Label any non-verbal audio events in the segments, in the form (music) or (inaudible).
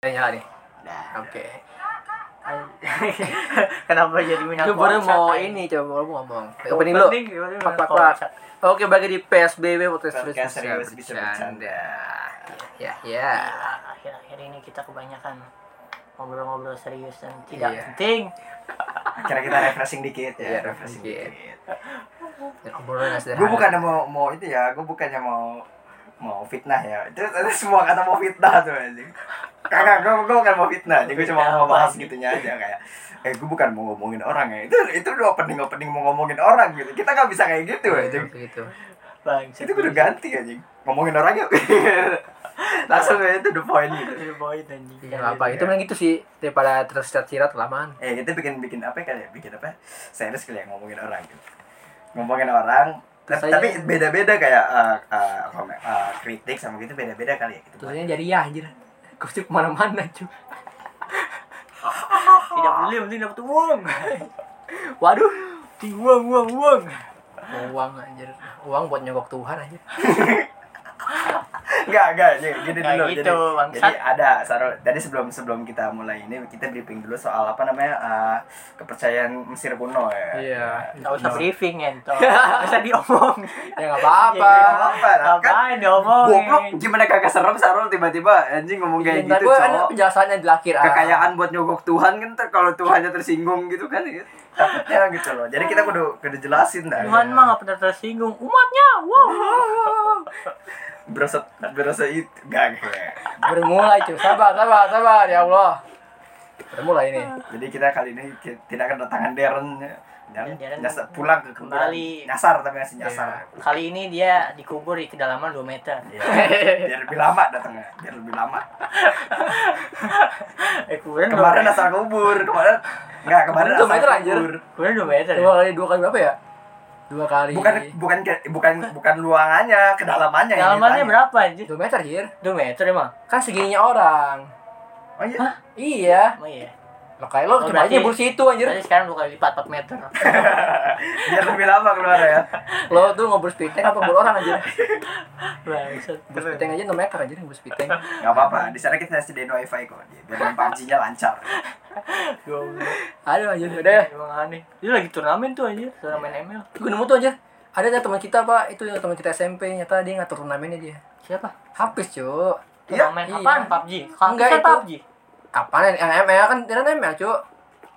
Tanya nih. Nah, Oke. kenapa jadi minat Lu baru mau kocak, ini coba lu mau ngomong. anjing? Opening lu. Opening, gimana Plak, minat plak, plak. kocak? Oke, bagi di PSBB podcast serius Podcast bisa serius bisa bercanda. Ya, ya. Gila, Nah, Akhir-akhir ini kita kebanyakan ngobrol-ngobrol serius dan tidak Iya. penting. Akhirnya kita refreshing dikit Iya, ya. refreshing Ya, Obrolan yang sederhana. Gue bukannya mau mau itu ya, gue bukannya mau mau fitnah ya. Itu, itu semua kata mau fitnah tuh anjing. Kagak, gue gue bukan mau fitnah, jadi gue cuma mau bahas gitunya aja kayak. Eh, gue bukan mau ngomongin orang ya. Itu itu udah opening opening mau ngomongin orang gitu. Kita nggak bisa kayak gitu Iya, anjing. begitu. Bang, Itu gue udah ganti anjing. Ngomongin orang yuk. (laughs) Langsung kayak itu the point gitu. Boy dan anjing. Iya, apa itu mending itu sih daripada terus cirat-cirat kelamaan. Eh, kita bikin bikin apa ya, kayak bikin apa? Series kali ya ngomongin orang gitu. Ngomongin orang Terus tapi aja- tapi beda-beda kayak eh, eh, komen- eh, kritik sama gitu beda-beda kali ya gitu. Terusnya jadi ya anjir. Gosip kemana-mana cuy. Tidak boleh, penting dapat uang. (laughs) Waduh. Di uang, uang, uang. Uang anjir. Uang buat nyogok Tuhan anjir. Enggak, enggak, jadi gini Kayak dulu. gitu, jadi, bangsat. jadi ada Saro. Jadi sebelum sebelum kita mulai ini kita briefing dulu soal apa namanya eh, kepercayaan Mesir kuno ya. Iya. Gak usah Kuno. briefing, ento. Gak usah diomong. Iya. Ya enggak apa-apa. Nggak apa-apa, nah, kan Ngapain diomongin? goblok gimana kagak serem Sarul tiba-tiba anjing ngomong Iya, kayak Ntar gue ada gitu cowok kan anu, penjelasannya di akhir. ah. kekayaan buat nyogok Tuhan kan ntar kalau Tuhannya tersinggung gitu kan ya. takutnya gitu loh jadi kita kudu kudu jelasin dah Tuhan mah gak pernah tersinggung. Umatnya, wow. berasa berasa itu gak gue. Baru mulai cuy. Sabar, sabar, sabar ya Allah. Baru mulai ini. jadi kita kali ini ki- tidak kedatangan Darren Darren Darren nyasar ya. pulang ke kembali. Iya. kembali nyasar tapi masih nyasar Kali ini dia dikubur di kedalaman 2 meter. (laughs) Iya. biar lebih lama datangnya biar lebih lama Eh, kuburan dua kemarin meter. asal kubur kemarin nggak kemarin Itu asal meter, anjir. kubur Kuburan 2 meter. Dua kali dua kali berapa ya? Dua kali. bukan Iya. bukan ke- bukan bukan luangannya kedalamannya yang Kedalamannya ditanya. berapa anjir? dua meter hir. 2 meter emang? Kan segininya orang. oh iya Iya. Oh iya. Lo kayak lo Oh, cuma berarti- aja bursi itu anjir. Jadi sekarang 2 kali lipat 4 meter. biar lebih lama keluar ya Lo tuh ngobrol spiteng apa ngobrol orang anjir? Bangsat. Bus piteng aja 6 meter anjir bus piteng. nggak apa-apa di sana kita sediain wifi kok biar main PUBG-nya lancar Goblok. Aduh anjir udah. Emang aneh. Dia lagi turnamen tuh anjir, turnamen ML. Gue nemu tuh anjir. Ada ada teman kita pak, itu teman kita SMP nyata dia ngatur turnamennya dia. Siapa? Habis cuy. Iya, Turnamen iya. apaan? PUBG. Enggak, Enggak itu- PUBG. Apaan NML kan NML cuy.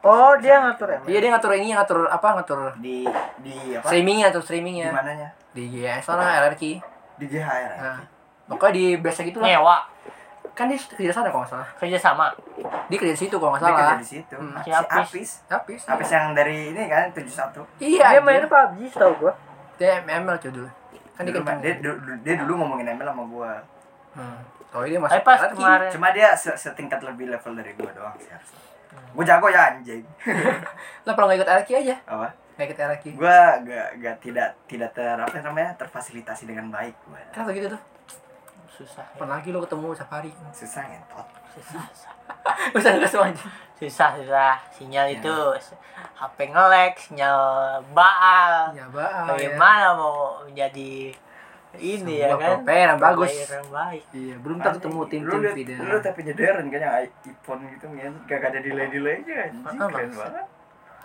Oh, dia ngatur ML. Iya dia ngatur ini ngatur apa ngatur di di apa streamingnya tuh di streamingnya mananya di GS sana LRQ. di GHR ya? Nah, pokoknya di biasa gitu lah. Nyewa Kan dia kerja sana kalau nggak salah. kerja sama. Dia kerja di situ kalau nggak Dia kerja salah. di situ. Nah, Hmm. Si Si Apis. Apis. Habis. Apis yang dari ini kan 71. Iya. Dia main PUBG tau gua. dia ML cuy dulu. Kan dia Dulu, kencang. dia, du- du- dia dulu ngomongin ML sama gua. Hmm. Oh, dia masuk Tapi pas LRQ. kemarin Cuma dia se- setingkat lebih level dari gua doang sih harusnya. Hmm. Gua jago ya anjing. Lah kalau nggak ikut LRQ aja. Apa? Nggak ikut LRQ. Gua gak, gak tidak tidak ter apa namanya terfasilitasi dengan baik gua. Kenapa gitu tuh? susah. ya. Pernah lagi lo ketemu Safari. Susah ngentot. Susah. susah. Usah nggak semua aja. Susah, susah. Sinyal itu HP nge-lag, sinyal baal. Ya Oh, bah. Bagaimana mau menjadi ini ya Sebuah kan? player yang bagus. Player yang baik. Iya, belum tak ketemu tim Lu tim liat- Fida. Lu tapi nyadaran kan yang i- iPhone gitu ngentot gak ada delay-delaynya anjing. Ah, Keren bangsat. banget.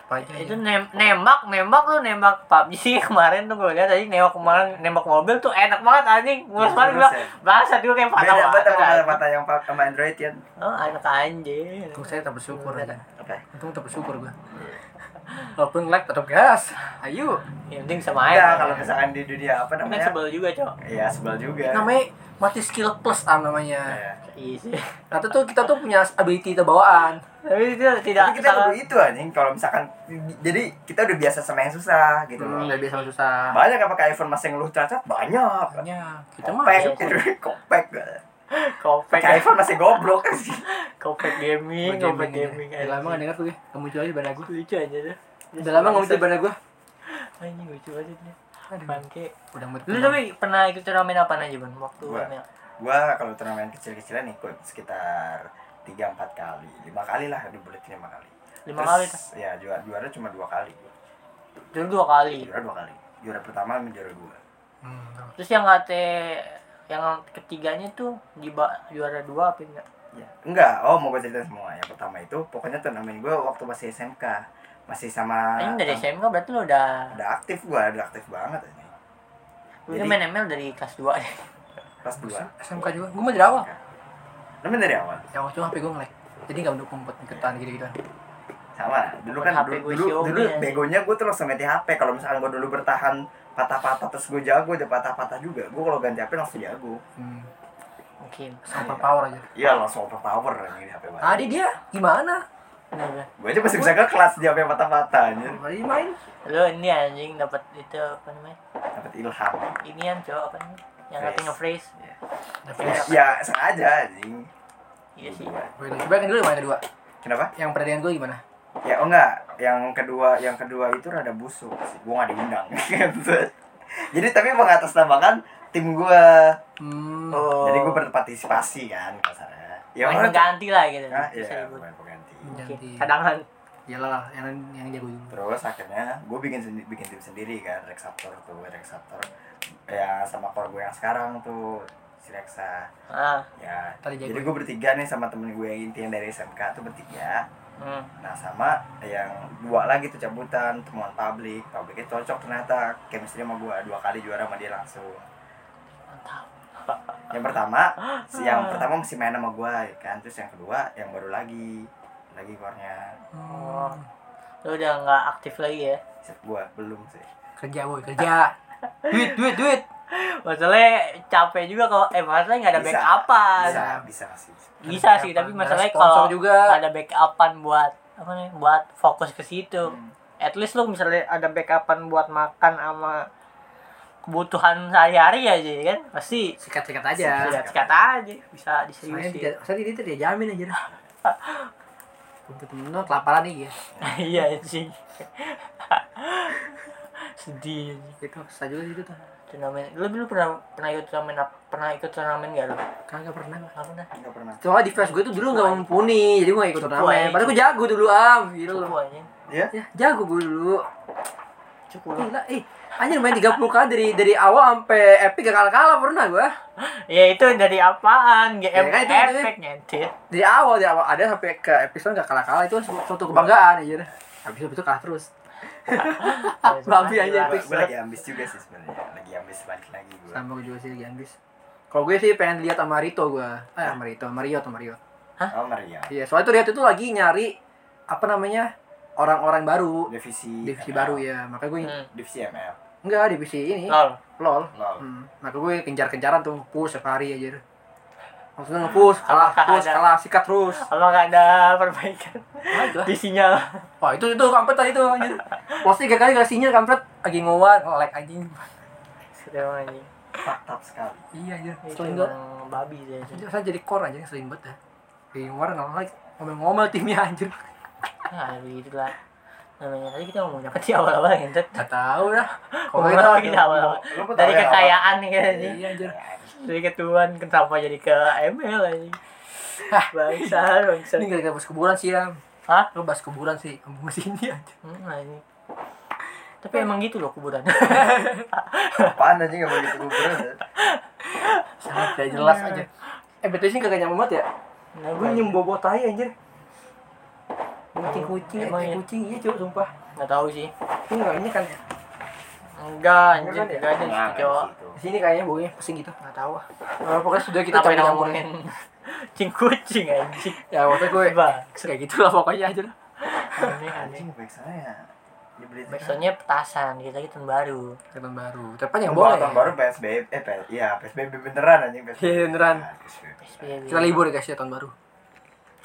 Apalagi itu aja. nem- nembak nembak lu nembak PUBG sih (laughs) kemarin tuh gue lihat tadi nembak kemarin nembak mobil tuh enak banget anjing gue Terus, kemarin terus, bilang ya. bahasa gue kayak patah Beda banget sama banget mata yang pa- sama Android ya. oh anak anjing Untung saya tetap bersyukur aja. Apa? ya? Untung tetap bersyukur gua. Walaupun lag tetap gas. Ayo. yang penting sama Ya aja kalau misalkan di dunia apa kan namanya? sebel juga cok Iya sebel juga. Namanya mati skill plus am namanya. Iya. iya sih (laughs) Nah, itu tuh kita tuh punya ability atau bawaan. tapi itu tidak Tapi kita Iya. salah perlu itu anjing kalau misalkan jadi kita udah biasa sama yang susah gitu loh. Enggak biasa susah. Banyak apa kayak iPhone masih ngeluh cacat banyak. Iya, Banyak. Kita mah Kopek, (laughs) ya, kopek. kopek Pakai iPhone masih goblok sih. kopek gaming kopek gaming iya. Udah lama gak anjing. denger tuh ya. Kamu jual di badan gua. lucu aja tuh Udah lama gak muncul di badan gua. anjing lucu aja dia Aduh. bangke Udah muncul. lu tapi pernah ikut turnamen apa aja ban waktu Gua. ML? Gua kalau turnamen kecil-kecilan ikut sekitar 3 4 kali, 5 kali lah dibuletin 5 kali. lima Terus, kali tuh Ya juara juara cuma 2 kali. dulu dua kali Juara 2 kali. Juara pertama sama juara gua. Hmm. Terus yang AT yang ketiganya tuh di ba- juara dua apa enggak? Ya. Enggak, oh mau gue cerita semua. Yang pertama itu, pokoknya turnamen gue waktu masih SMK. Masih sama... Ini dari SMK berarti lu udah Udah aktif gue, udah aktif banget. Ini. lu Jadi- main ML dari kelas 2 ya. Kelas 2. SMK juga gue mah dari awal Lu main dari awal? yang waktu itu HP gue ngelag jadi nggak mendukung buat ikutan gitu gitu Sama, dulu kan HP dulu, gue dulu, Xiaomi, dulu ya. begonya gue tuh langsung ganti HP. Kalau misalkan gue dulu bertahan patah-patah terus gue jago, udah patah-patah juga. Gue kalau ganti HP langsung jago. hmm. (laughs) Mungkin. super power aja Iya, langsung overpower ini HP baru. tadi dia gimana Bener-bener. Gue aja masih bisa ke kelas di HP patah-patah anjir. tadi main Lu ini anjing dapat itu apa namanya? Dapat ilham. Inian cowok apa namanya? Yang Phrase. katanya phrase. Ya, sengaja anjing. Iya sih. coba yang kedua yang mana kedua Kenapa? yang pertandingan gue gimana Ya oh enggak, yang kedua yang kedua itu rada busuk sih. Gua nggak diundang. (laughs) Jadi tapi mengatasnamakan tim gua. hmm. Oh. Jadi gua berpartisipasi kan kasarnya. Ya main orang pengganti lah gitu. Ah, Bisa iya, disebut. pemain pengganti. Mungkin. Ganti. Cadangan. Iyalah, yang yang jago dulu. Terus akhirnya gua bikin sendi- bikin tim sendiri kan Rexaptor tuh, Rexaptor. Ya sama core gua yang sekarang tuh si Rexa. Ah. Ya. Tadi jago. Jadi gua bertiga nih sama temen gue yang inti yang dari SMK tuh bertiga. Hmm. Nah sama yang dua lagi tuh cabutan temuan publik publiknya cocok ternyata chemistry sama gua dua kali juara sama dia langsung Mantap. yang pertama si Ah. yang pertama masih main sama gua ya kan terus yang kedua yang baru lagi lagi kornya Hmm. Oh. Lu udah nggak aktif lagi ya. set gua belum sih Kerja boy, kerja. duit, duit, duit. Masalahnya capek juga kalau eh masalahnya nggak ada Bisa. backupan. bisa bisa sih Bisa sih, tapi Ada masalahnya sponsor kalau juga Nggak ada backupan buat apa nih? Buat fokus ke situ. Hmm. At least lu misalnya ada backupan buat makan sama kebutuhan sehari-hari aja ya kan pasti sikat-sikat ya, aja. kata aja bisa Soalnya diseriusin tidak, soalnya dia tidak jamin aja. Untuk temen lu kelaparan nih ya. (laughs) iya sih (laughs) sedih Itu susah juga sih itu tuh. turnamen lu dulu pernah pernah ikut turnamen apa- pernah ikut turnamen gak lu Kagak pernah. gua. nggak pernah nggak pernah Soalnya di flash gue tuh dulu gak mumpuni, jadi gue gak ikut Cupu turnamen. aja. Padahal gue jago dulu am, gitu cukup loh. aja ya Ya, jago gue dulu. cukup Gila, eh, anjir main 30 kali dari dari awal sampai epic gak kalah-kalah pernah gue. ya itu dari apaan GM kan itu- efek nyentit Dari awal, dari awal ada sampai ke episode gak kalah-kalah itu su- suatu kebanggaan aja. Habis itu kalah (laughs) terus. ya, Babi aja gua, itu. gua lagi ambis juga sih sebenarnya lagi ambis balik lagi gua Sama gue juga sih lagi ambis. Kalau gue sih pengen lihat sama Rito gue. Eh, sama Rito, sama Rio, sama Rio. oh Maria Iya, soalnya tuh Rio itu lagi nyari apa namanya? orang-orang baru, Iya. divisi divisi ML. baru ya. Makanya gue Hmm. divisi ML enggak divisi ini, lol lol. lol Hmm. Maka gue kejar-kejaran tuh push setiap hari aja. Maksudnya nge-push, kalah, push, Hmm. Ada. kalah, sikat terus. kalau nggak ada perbaikan Aduh. di sinyal Wah, itu itu kampret tadi tuh anjir. Posting tiga kali gak sinyal kampret, lagi ngowan, lag anjing. Sedang anjing. faktab sekali Iya anjir. itu Selain gue, emang babi sih anjing. saya jadi core aja sering banget ya. Di luar nge-lag, ngomel-ngomel timnya anjir. Nah, gitu lah. Namanya tadi kita ngomongin apa sih awal-awal gitu. Gak tau (laughs) dah. Kalau Ngomongin kita apa kita awal-awal? Lu kok tahu Dari ya, kekayaan nih kayaknya. Iya anjir. Dari ketuan kenapa jadi ke ML aja. Bangsa, bangsa. Ini gara-gara bahas kuburan sih ya. Hah? Lo bahas kuburan sih. Kamu sini aja. Hmm, anjing. Tapi emang gitu loh kuburan. apaan aja nggak begitu ya? gue bener Sangat tidak Iya. jelas aja. Eh betul sih kagak nyambung banget ya. Nah, Gue nyembobo tai anjir. Kucing kucing, Emang eh, ya? kucing iya cuy sumpah. Enggak tahu sih. Ini enggak ini kan ya. Enggak, anjing, Beneran ya? enggak ada di situ, cowok. gitu. Di sini kayaknya baunya pusing gitu. Enggak tahu. ah. Eh, pokoknya sudah kita Kita capek pengen ngomongin. ngomongin (laughs) cing kucing anjing. Ya waktu gue Bang. kayak gitu lah pokoknya aja. lah. Aneh, Iya, aneh. anjing ya baik saya dibeli Maksudnya petasan, kita gitu baru. Tahun baru. Tapi yang Baru boleh. ya? tahun baru PSBB eh PS, iya PSBB beneran anjing PSBB. Iya, beneran. Nah, PSBB. PSBB. Kita libur ya guys ya tahun baru.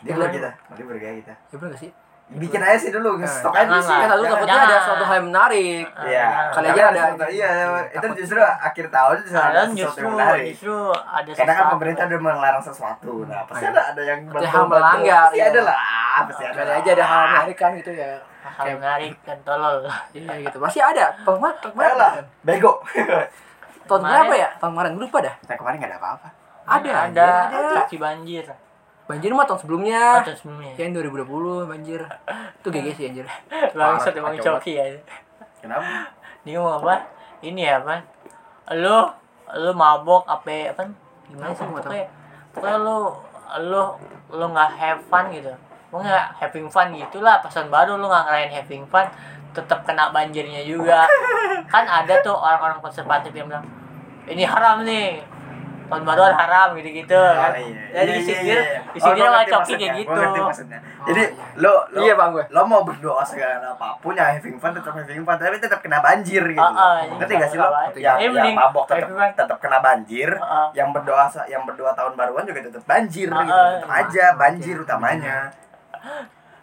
Iya. Libur kita, mau libur kayak kita. Ya bener gak sih? Bikin aja sih Nah, dulu, stok aja jangan sih. lah. Ya, lalu Jangan. takutnya ada suatu hal yang menarik. Iya, Kali tapi aja ada. sesuatu- Iya, itu justru akhir tahun itu ada Kalian sesuatu Nah, justru yang menarik. justru ada Karena kan sesuatu. pemerintah udah melarang sesuatu. Nah, pasti Iya. ada ada yang Ada bantu- hal bantu. melanggar, Pasti iya. ada lah, pasti ada. Kali lah. aja ada hal menarik kan gitu ya. hal menarik dan tolol. Iya gitu. Pasti ada. Tahun kemarin tahun Ada kemarin lah, kan? bego. (laughs) Tahun Kemarin. berapa ya? Tahun kemarin gue lupa dah. Kita kemarin nggak ada apa-apa. Ada, ada, ada. cuci banjir. Banjir mah tahun sebelumnya. Ah. Atau sebelumnya. Iya. Yang 2020 banjir. Itu GG sih anjir. parah, Langsung emang kacau coki ya. Kenapa? Dia ngomong apa? Ini ya apa? Lu lu mabok apa apa? Gimana sih Mabok atau- pokoknya? Pokoknya lu lo lo nggak have fun gitu lo nggak having fun gitulah pasan baru lo nggak ngerayain having fun tetap kena banjirnya (laughs) juga kan ada tuh orang-orang konservatif yang bilang ini haram nih tahun baruan haram gitu-gitu Iya, Ah, kan iya, jadi disindir Oh, disindir sama coki kayak gitu Jadi Oh, lo lo iya bang gue lo mau berdoa segala apapun ya having fun tetap having fun tapi tetap kena banjir gitu. Ah, ah, iya, Ngerti gak sih lo? nggak apa-apa. Ya, Iya, ya mending mabok tetap having fun. tetap kena banjir. Heeh. Yang berdoa sa- yang berdoa tahun baruan juga tetap banjir Ah, gitu. ah, Tetap aja banjir utamanya.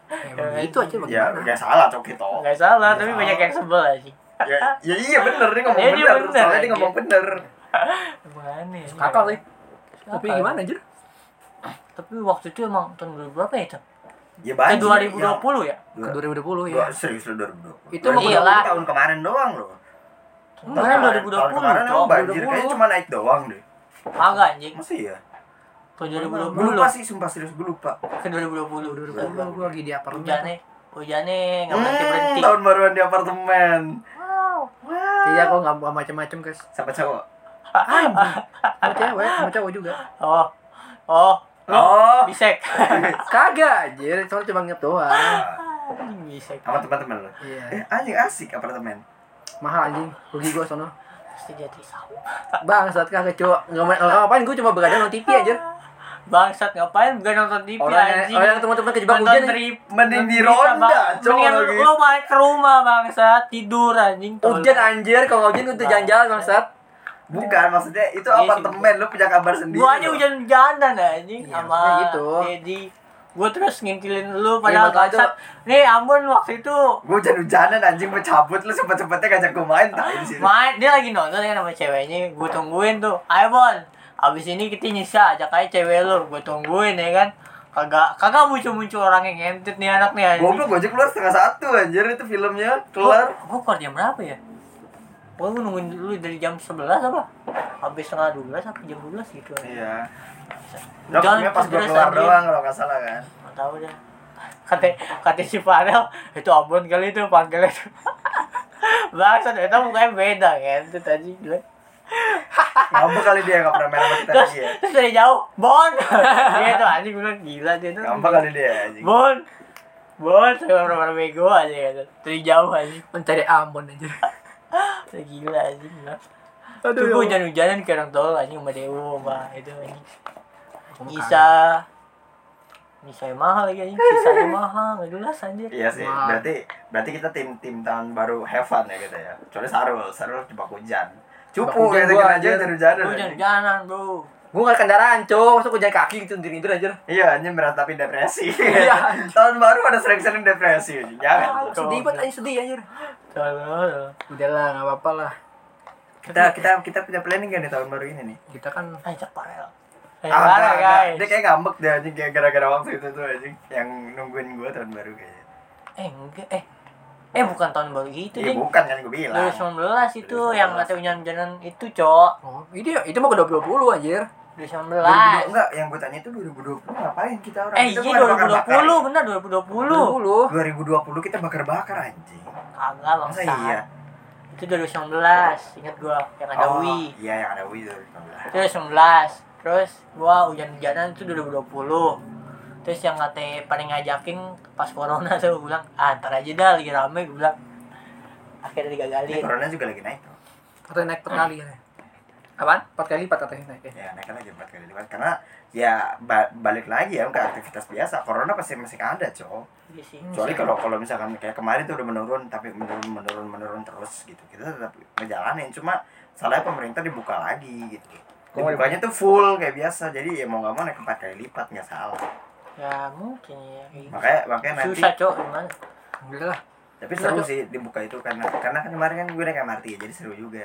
Iya. ya, itu aja Ya bagaimana gak salah coki toh. nggak Iya, salah tapi Nggak banyak yang sebel aja Ya, ya (laughs) iya bener dia ngomong Iya, dia bener. bener, Soalnya dia anjing. ngomong bener. gimana ya? kakak sih tapi Kakak. gimana anjir tapi waktu itu emang tahun berapa ya itu Ya Ke banjir. 2020 ya? ke Dua- 2020 Dua, ya serius lu 2020. Itu mah iyalah. tahun kemarin doang loh. Tahun Enggak, kemarin- tahun 2020 kemarin emang Cok. banjir kayaknya cuma naik doang deh. Agak anjing Masih ya? Tahun Gua lupa 2020 sih, sumpah serius gue lupa. Ke 2020 2020 gue lagi di apartemen Hujannya Hujannya nggak Hmm, berhenti-berhenti tahun baruan di apartemen. ya. jadi aku Iya, nggak mau macem-macem guys Sama cowok. sama cewek sama cowok juga Oh Oh Oh. Bisek (laughs) kagak anjir soalnya cuma ngeliat doang Anjing, Bisek Ah, Sama teman-teman lo. iya Eh, anjing asik apartemen. mahal anjing rugi gue sono Pasti jadi sama bang saat kagak cowok nggak main ngapain gue cuma begadang nonton TV anjir Bangsat ngapain Gak nonton TV orang anjing orang teman-teman kejebak Nonton hujan anjing. trip Mending di Bisa, ronda, Bang. cowok Mendingan lagi. lu balik ke rumah bangsat Tidur anjing tolol. hujan anjir kalau nggak hujan gue tuh jalan-jalan bangsat Bukan maksudnya itu Iya sih, apartemen lu punya kabar sendiri. gua aja loh. hujan hujanan anjing Iya, maksudnya sama gitu. Iya, Dedi gua terus ngintilin lu padahal makanya bangsat nih Ambon waktu itu Gue hujan-hujanan anjing gue cabut lu sempet-sempetnya ngajak gue main tadi di sini. main dia lagi nonton kan sama ceweknya gua tungguin tuh ayo Bon abis ini kita nyisa ajak aja cewek lu gua tungguin ya kan kagak kagak muncul muncul orang yang ngentit nih anak nih anjing Goblok gojek keluar setengah satu anjir itu filmnya keluar. gua keluar jam berapa ya gua gua nungguin dulu dari jam 11 apa habis setengah 12 apa jam 12 gitu aja Iya. Hujan Dokternya pas gue terus keluar anjing. doang kalau nggak salah kan. Nggak tahu dah. Kata kata si Farel itu abon kali itu panggilnya itu. (laughs) Bangsat itu mukanya beda kan itu tadi gue. Mabuk kali dia nggak pernah main sama kita Terus lagi ya. terus dari jauh Bon. (laughs) dia tuh anjing gue bilang gila dia tuh. Gampang kali dia anjing. Bon. Bon saya benar-benar bego aja gitu. Dari jauh aja. mencari Ambon anjir Gila anjing gila. aduh ya Tuh gue Allah. hujan-hujanan kayak orang tol anjing sama Dewo sama itu anjing. Kamu Nisa. Nisa yang mahal lagi anjing. Sisanya mahal. Gak jelas anjir. Iya sih, Wah. berarti berarti kita tim tim tahun baru have fun ya gitu ya. Kecuali Sarul, Sarul jebak hujan. Cupu Jebak hujan gitu gua, aja anjir. hujan hujanan. Gue hujan-hujanan bro. gue nggak ada kendaraan cowok masa gue jalan kaki gitu tidur-tidur anjir Iya, anjing berat tapi depresi. Iya. tahun baru ada sering-sering depresi. anjing. Ya, kan? Jangan. Cowok. Ah, sedih banget anjir sedih anjir Tolol. udah lah nggak apa-apa lah Kita kita kita punya planning gak nih tahun baru ini nih? kita kan Ajak Parel. Ah, Ajak Parel enggak, enggak. Eh, guys. Dia kayak ngambek deh anjing kayak gara-gara waktu itu tuh anjing yang nungguin gua tahun baru kayaknya. Eh enggak eh eh bukan tahun baru itu Iya, ding. bukan kan gua bilang. 2019 itu yang 2019. kata hujan-hujanan itu, Cok. oh itu itu mau ke 2020 anjir 2020, 2019. enggak, yang gua tanya itu 2020 ngapain kita orang? Eh, Kita iya bukan bakar-bakar. 2020, benar 2020 2020. 2020 kita bakar-bakar anjing. Kagak Masa bangsa. iya? Itu 2019, ingat gua yang ada Oh, Wii. Iya, yang ada Wi 2019. Itu 2019. Terus gua hujan-hujanan itu 2020. Terus yang kata paling ngajakin pas corona tuh gua bilang, "Ah, ntar aja dah lagi rame." Gua bilang. Akhirnya Ini digagalin. corona juga lagi naik tuh. katanya naik 4 kali ya Apaan? 4 kali lipat katanya naik ya Ya, naik aja empat kali lipat karena ya ba- balik lagi ya ke aktivitas biasa. Corona pasti masih ada, Cok. Iya sih. Kecuali kalau kalau misalkan kayak kemarin tuh udah menurun tapi menurun menurun menurun terus gitu. Kita tetap ngejalanin cuma salahnya pemerintah dibuka lagi gitu. Kok mau Dibukanya tuh full kayak biasa. Jadi ya mau nggak mau naik empat kali lipat nggak salah. Ya mungkin ya. Gitu. Makanya makanya nanti Susah cok gimana? udah lah tapi seru sih dibuka itu karena karena kan kemarin kan gue naik MRT jadi seru juga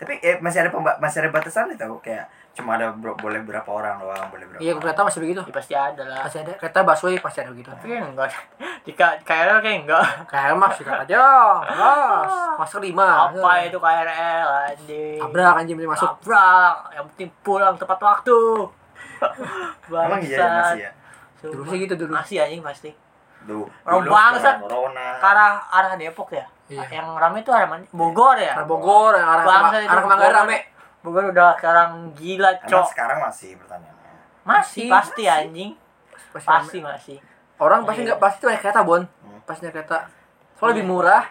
tapi eh, masih ada pemba- masih ada batasan nih tau kayak cuma ada bro- boleh berapa orang doang boleh berapa iya orang. kereta masih begitu Ya, pasti ada lah. masih ada kereta busway pasti ada begitu Tapi kan enggak. (laughs) Di K- KRL kayak enggak. kayak mas sikat aja mas masker 5 Nah, Apa itu KRL anjing? tabrak anjir beli masuk Tabrak. Yang penting pulang tepat waktu. (laughs) emang iya ya, masih ya Sumpah. dulu sih gitu dulu Masih anjing pasti. Duh, Orang dulu segala bangsat. Kan corona Ke arah arah Depok ya. Iya. Yang rame itu arah mana? Bogor ya. arah Bogor yang arah Bangsa itu arah Kemanggaran Bogor. rame Bogor udah sekarang gila emang cok. sekarang masih pertanyaannya Masih, Masih. pasti anjing. Pasti Pasti masih. orang pasti Iya. nggak pasti tuh naik kereta bon Hmm. pasti naik kereta soalnya lebih murah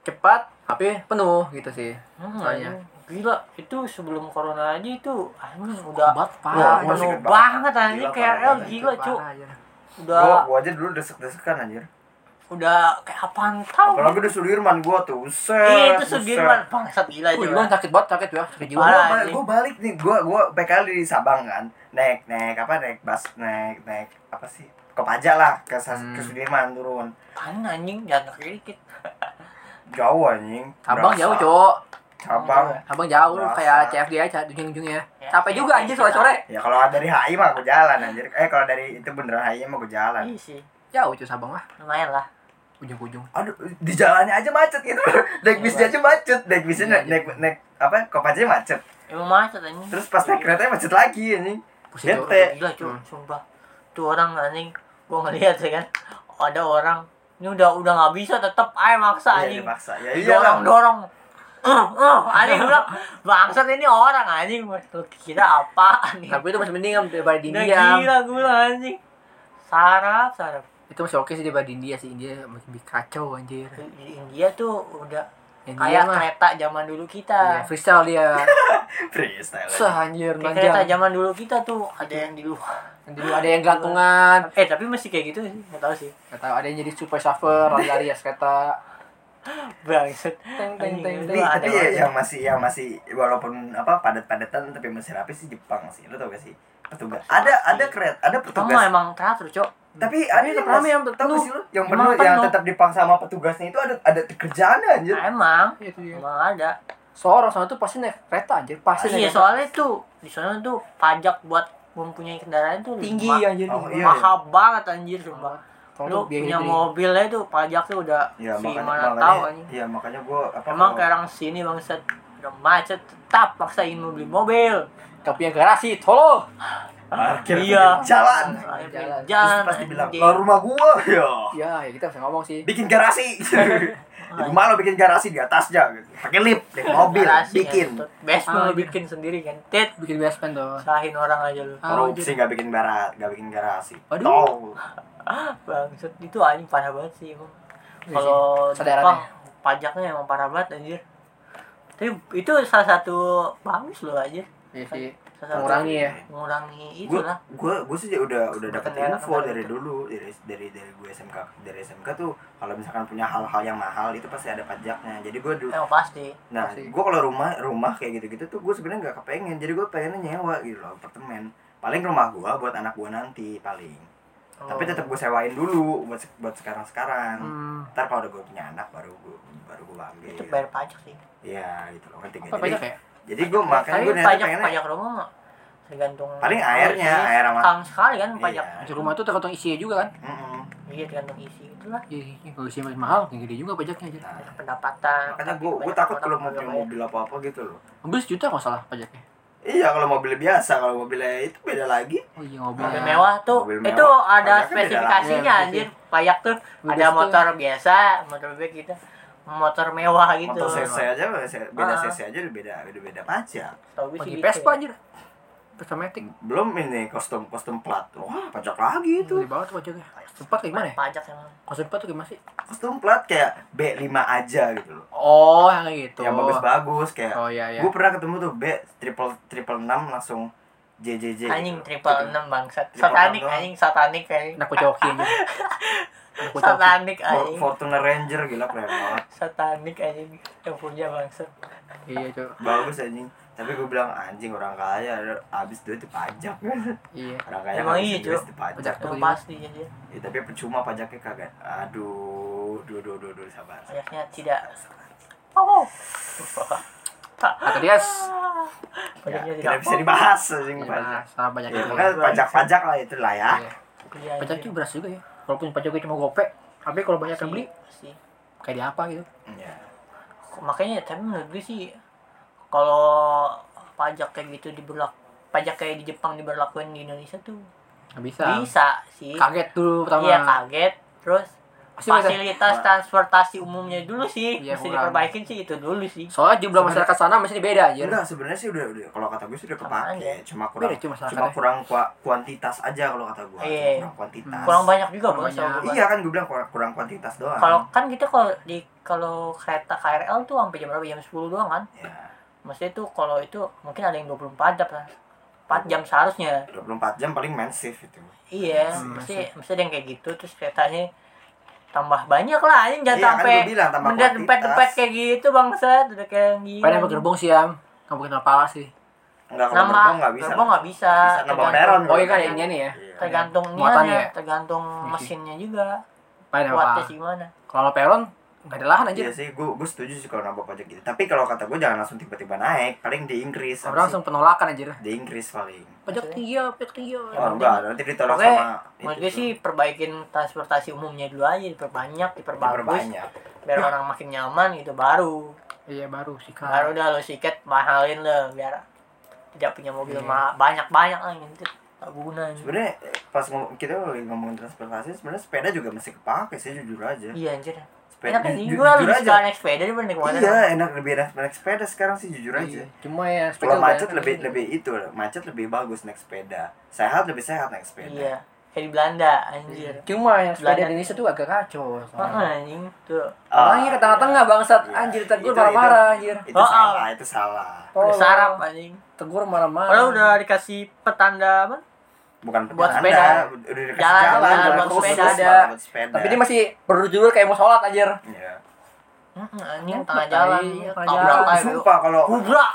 cepat tapi penuh gitu sih Hmm, Soalnya. anjing. Gila, itu sebelum corona aja itu anjing udah Obat Wah, parah Gua masih penuh inget banget anjing Gila, parah KRL banget. gila, cu. Parah, iya. anjir. Gua, Udah gua aja dulu desek-desekan anjir. udah kayak apaan tahu. Apalagi di Sudirman gua tuh. Set. Iya, itu buset. Sudirman Nah, bangsat gila Wih, itu. gua sakit banget sakit ya sakit jiwa Parah. Gua, ba- anjing. gua balik nih, gua gua PKL di Sabang kan. Naik naik apa naik bus, naik naik apa sih? Ke Pajak lah, ke, Sas- Hmm. ke Sudirman turun. Apaan anjing jangan kiri dikit. Jauh anjing. abang Berasa. jauh cok Sabang. abang jauh lu Berasa. kayak CFD aja ujung-ujungnya Ya, capek juga iya, anjir iya. sore-sore Ya kalau dari HI mah gua jalan anjir. Eh kalau dari itu beneran HI mah gua jalan. Iya sih, jauh cuy abang lah lumayan lah. ujung-ujung Aduh, di jalannya aja macet gitu. (laughs) Naik bisnya aja macet, naik bisnya Iya, naik naik, naik apa? Kopaja macet. Emang macet anjing. Iya, Terus pas naik kereta macet lagi anjing. pusing cok Bete. Udah gila cuy, Hmm. sumpah. Tuh orang anjing, gua ngeliat ya kan. Ada orang ini udah udah nggak bisa tetap aja maksa Iya, anjing. dipaksa. Ya dorong iyalah. dorong. Eh, eh, anjing bilang bangsat ini orang anjing. Lu kira apaan nih? tapi itu masih mending kan daripada di Udah India gila gue bilang, anjing. Sarap, sarap. itu masih oke sih daripada di India sih India lebih kacau anjir Di India tuh udah India kayak mah kereta zaman dulu iya, kita. freestyle (laughs) dia Freestyle. anjing. sah anjir Kayak kereta panjang zaman dulu kita tuh ada yang di (laughs) luar. dulu ada yang gantungan Eh tapi masih kayak gitu sih, nggak tahu sih. Gak tahu ada yang jadi super server, ada Arias kata Bangsat. teng teng teng Anjing, iya, teng. tapi, tapi Itu ada ya, lagi. yang masih yang masih walaupun apa padat-padatan tapi masih rapi sih Jepang sih lu tau gak sih petugas ada ada keren ada Kamu mah petugas emang teratur, Cok. tapi ada Tapi yang rame masih- yang tau gak penuh. sih lu yang Emang penuh yang penuh. tetap dipaksa sama petugasnya itu ada ada kerjaan anjir Nah, Emang, Iya, itu dia. emang ada. Seorang sama tuh pasti naik kereta anjir, pasti Iya, naik kereta. soalnya tuh di sana tuh pajak buat mempunyai kendaraan tuh tinggi ma- anjir. Oh, iya. mahal banget anjir sumpah. Kalau Lu tuh biaya Iya, punya hidup ini. mobilnya tuh pajak tuh udah ya si makanya mana makanya tahu anjing. ya makanya gua apa Oh. Emang kalau- sekarang sini bangsat udah macet tetap paksain mau beli mobil. Gak punya garasi, tolong. parkir Iya. pinggir Ah, jalan Nah, Jalan. Soalnya pengen Terus Jalan. pasti bilang anjing. "Lah, rumah gua ya Ya, ya kita bisa ngomong sih. bikin (laughs) garasi di rumah lo bikin garasi di atasnya gitu. pakai lift naik mobil Garasi, bikin kan, gitu. Basement Ah, lu iya. bikin sendiri kan. Tet Bikin basement tuh. salahin orang aja lu. Ah, korupsi nggak bikin barat nggak bikin garasi Waduh. Tol. Bangsat itu anjing parah banget sih emang. Iya Kalau sih, saudaranya. Jepang pajaknya emang parah banget anjir. Tapi itu salah satu bagus loh aja. Iya sih. Salah satu Mengurangi ya. mengurangi gue itulah. gue gue sih udah udah dapat Kendaraan info kendaraan dari itu. dulu dari dari dari gue SMK dari SMK tuh kalau misalkan punya hal-hal yang mahal itu pasti ada pajaknya jadi gue dulu Emang pasti. nah pasti. gue kalau rumah rumah kayak gitu gitu tuh gue sebenarnya nggak kepengen jadi gue pengennya nyewa gitu loh apartemen paling rumah gue buat anak gue nanti paling Oh. tapi tetap gue sewain dulu buat se- buat sekarang sekarang Hmm. ntar kalau udah gue punya anak baru gue baru gue ambil itu bayar pajak sih. ya gitu loh ngerti nggak? Apa jadi banyak ya? jadi gue makanya Tapi gue pajak pengennya pajak rumah mah tergantung paling airnya air Iya. sama Kang sekali kan pajak. Di rumah tuh tergantung isinya juga kan. Mm-mm. Iya tergantung isi itulah Iya, iya, iya. kalau isinya makin mahal, makin gede juga pajaknya aja. Nah, Tergantung pendapatan. makanya Tapi gue gue banyak takut orang kalau mau nggak beli bayar. mobil apa apa gitu loh Mobil sejuta kalau salah pajaknya. iya kalau mobil biasa kalau mobilnya itu beda lagi Oh iya, mobil. Mobil mewah tuh Mobil itu mewah, pajaknya ada beda. spesifikasinya Iya, anjir. Pajak tuh Mobil ada sejuta. motor biasa, motor bebek gitu. Motor mewah gitu. motor cc aja se- beda Ah. cc aja udah beda udah beda pajak Tahu gue sih Bagi gitu. Vespa anjir. Vespa Matic. belum ini kostum kostum plat wah pajak lagi itu Gede banget tuh pajaknya. Sempat kayak gimana ya? Pajak Iya, emang. Kalau sempat tuh gimana sih? kostum plat kayak b 5 aja gitu loh Oh, yang kayak gitu. yang bagus bagus kayak Oh iya iya. gue pernah ketemu tuh b triple triple enam langsung jjj Anjing triple enam bangsat. iya. Triple enam Satanik doang. anjing satanik anjing. Anak kucoki aja. Anak kucoki. Satanik For- anjing. Fortuner Ranger gila keren banget Satanik anjing yang punya bangsat. Iya, Cok. bagus anjing tapi gue bilang anjing orang kaya abis duit itu pajak orang Iya. kaya Emang habis iya, duit Cuk. itu pajak Itu Bagaimana? pasti anjir. Ya, tapi percuma pajaknya kagak. Aduh, duh, duh, duh, duh, sabar. Pajaknya tidak. Oh. Atrias. Ya, Pajaknya tidak tidak. bisa dibahas anjing Nah, pajak. sama banyak Ya, itu. makanya pajak-pajak lah itu lah ya. Iya. Iya, Pajak anjing. itu beras juga ya. Walaupun pajaknya cuma gope, tapi kalau banyak yang beli Pasti. kayak di apa gitu. Iya. makanya tapi menurut gue sih kalau pajak kayak gitu diberlak pajak kayak di Jepang diberlakuin di Indonesia tuh Nggak bisa. bisa sih Kaget dulu Iya. pertama. iya kaget terus Pasti bisa. fasilitas transportasi umumnya dulu sih Iya, mesti kurang. diperbaikin sih itu dulu sih Soalnya jumlah masyarakat sana masih beda aja. Enggak, sebenarnya sih udah udah kalau kata gue sih udah Iya. aja. kepake, cuma kurang Beda ya. cuma masyarakatnya. cuma kurang kua- kuantitas aja kalau kata gue. Iya. Kurang kuantitas. kurang banyak juga Kurang bos banyak. Iya kan gue bilang kurang, kurang kuantitas doang. kalau kan kita kalau di kalau kereta KRL tuh sampai jam berapa jam 10 doang kan ya, maksudnya tuh kalau itu mungkin ada yang 24 jam lah 4 jam seharusnya 24 jam paling main shift itu. iya Hmm, mesti mesti ada yang kayak gitu terus keretanya tambah banyak lah anjing jangan Iya, kan sampai gua bilang, tambah benda kuantitas. dempet dempet kayak gitu bangsat udah kayak gini Pengen apa gerbong sih, Am? Kampung Kenal Pala sih. Enggak kalau nama gerbong nggak bisa. gerbong nggak ya? bisa, Bisa nambah peron. Oh iya kan yang ini ya. Iya. tergantung Muatan niannya, ya? Iya, tergantung mesinnya juga Pengen kuatnya apa? gimana Kalau peron enggak ada lahan aja. Iya sih, gue gue setuju sih kalau nambah pajak gitu. Tapi kalau kata gue jangan langsung tiba-tiba naik, paling di Inggris. Orang langsung penolakan aja. di Inggris paling. Pajak tiga, pajak tiga. Oh enggak, nanti ditolak Oke, sama Menurut itu gue tuh. sih perbaikin transportasi umumnya dulu aja diperbanyak, diperbagus Diperbanyak. biar orang makin nyaman gitu baru. Iya baru sih Baru kan. dah lo siket mahalin lo biar tidak punya mobil Iya. ma- banyak-banyak lah gitu. Tak guna. anjing. sebenarnya eh, pas ngom- kita lagi ngomongin transportasi sebenarnya sepeda juga masih kepake sih jujur aja Iya anjir. sepeda Enak sih ju- gue jujur lebih aja suka naik sepeda daripada naik motor. iya enak lebih enak naik sepeda sekarang sih jujur Iya. aja Cuma ya kalau sepeda macet banyak lebih aja. lebih itu macet lebih bagus naik sepeda sehat lebih sehat naik sepeda Iya. Kayak di Belanda Iya. anjir. Iya. Cuma yang sepeda Belanda. di Indonesia tuh agak kacau. Ah, anjing tuh. Ah, Orangnya ke tengah-tengah bangsat Iya. anjir tegur Itu- marah-marah anjir. itu, itu Oh, salah itu salah Udah sarap anjing. Tegur marah-marah. Kalau udah dikasih petanda apa? bukan perjalanan, Buat sepeda. udah dikasih Jalan, jalan, jalan, jalan buat khusus sepeda ada. malah buat sepeda Tapi dia masih berdujur kayak mau sholat anjir. Iya. Mm, Anjing Enak, tengah tai. jalan, Tengah tabrak jalan. aja dulu. sumpah kalau Gubrak.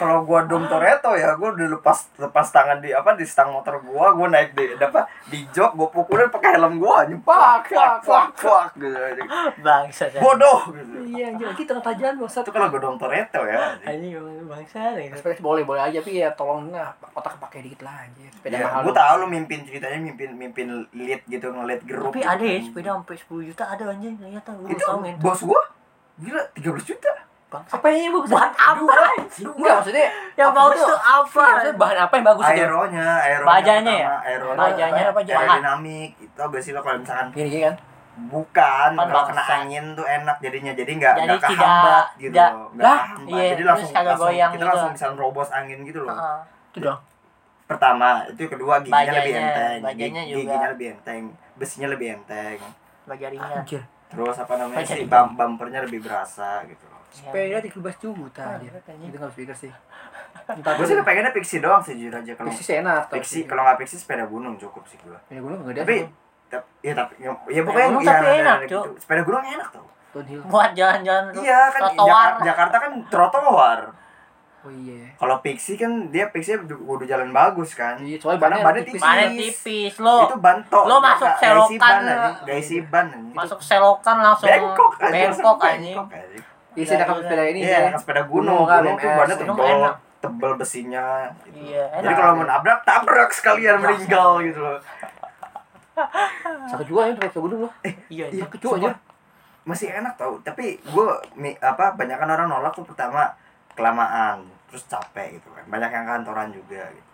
kalau gua dom Toretto ya gua udah lepas lepas tangan di apa di stang motor gua gua naik di apa di jok gua pukulin pakai helm gua nyepak fuck fuck fuck gitu Bangsat. anjing. bodoh gitu Iya anjir lagi tengah jalan bangsat. itu kalau gua dom Toretto ya Anjing bangsa gitu. kan Sepeda boleh boleh aja tapi ya tolong nah otak pakai dikit lah anjir. Sepeda Ya, mahal. gua tahu lu mimpin ceritanya mimpin mimpin lead gitu ngeliat geruk Tapi gitu. ada ya sepeda sampai 10 juta ada anjing ternyata gue itu tau gitu. bos gua gila 13 juta Bangsa. Apa yang bagus? Buat apa? anjing? Enggak maksudnya Yang apa bagus itu? tuh apa? Iya, maksudnya bahan apa yang bagus itu? aeronya aeronya Bajanya ya? pertama, aeronya Bajanya apa aja? aerodinamik itu gak sih lo kalau misalkan Gini gini kan. Bukan, Kan kalau kena bangsa. angin tuh enak jadinya. Jadi nggak Jadi nggak tidak- kehambat gitu. tidak- loh. Nggak Lah, kehambat. iya, Jadi terus langsung, kagak langsung goyang kita gitu. langsung bisa nerobos angin gitu loh. Heeh. Itu dong. Pertama, itu yang kedua giginya Bajanya, lebih enteng. bajanya Gig- juga. Giginya lebih enteng, besinya lebih enteng. Bagi ringan. Anjir. Terus apa namanya Bajanya. sih bam bumpernya lebih berasa gitu loh. Sepeda Iya. 13 juta anjir. Ah, anjir. Itu enggak speaker sih. Entar Gue sih pengennya pixie doang sih jujur aja kalau Pixie sih enak. tapi- pixie kalau nggak pixie sepeda gunung cukup sih gua. Sepeda gunung enggak ada. Tapi tap- ya tapi ya, ya pokoknya Iya gunung ya, tapi ada- enak, ada Cuk. gitu. Sepeda gunung enak tau. downhill. Buat jalan-jalan Iya kan trotoar. Jakar- Jakarta kan trotoar. Oh iya. Kalau Pixie kan dia Pixie udah jalan bagus kan. Iya, soalnya Karena bannya bannya tipis. tipis. Mana tipis lo. Itu banto. Lo masuk selokan lo. Gak isi ban anjing. Masuk selokan langsung Bengkok Bengkok anjing. Bengkok, anjing. Iya, saya nakal sepeda ini. Iya, ya. anak sepeda gunung. kan, Gunung tuh MS. bannya eh, Gunung tebal, enak. tebal besinya. gitu. Iya, Jadi enak. kalau mau nabrak, tabrak sekalian meninggal gitu loh. Sakit juga ya naik sepeda gunung loh. Iya. Iya, iya. kecoh aja. Masih enak tau, tapi gue apa banyak kan orang nolak tuh pertama kelamaan, terus capek gitu kan. Banyak yang kantoran juga gitu.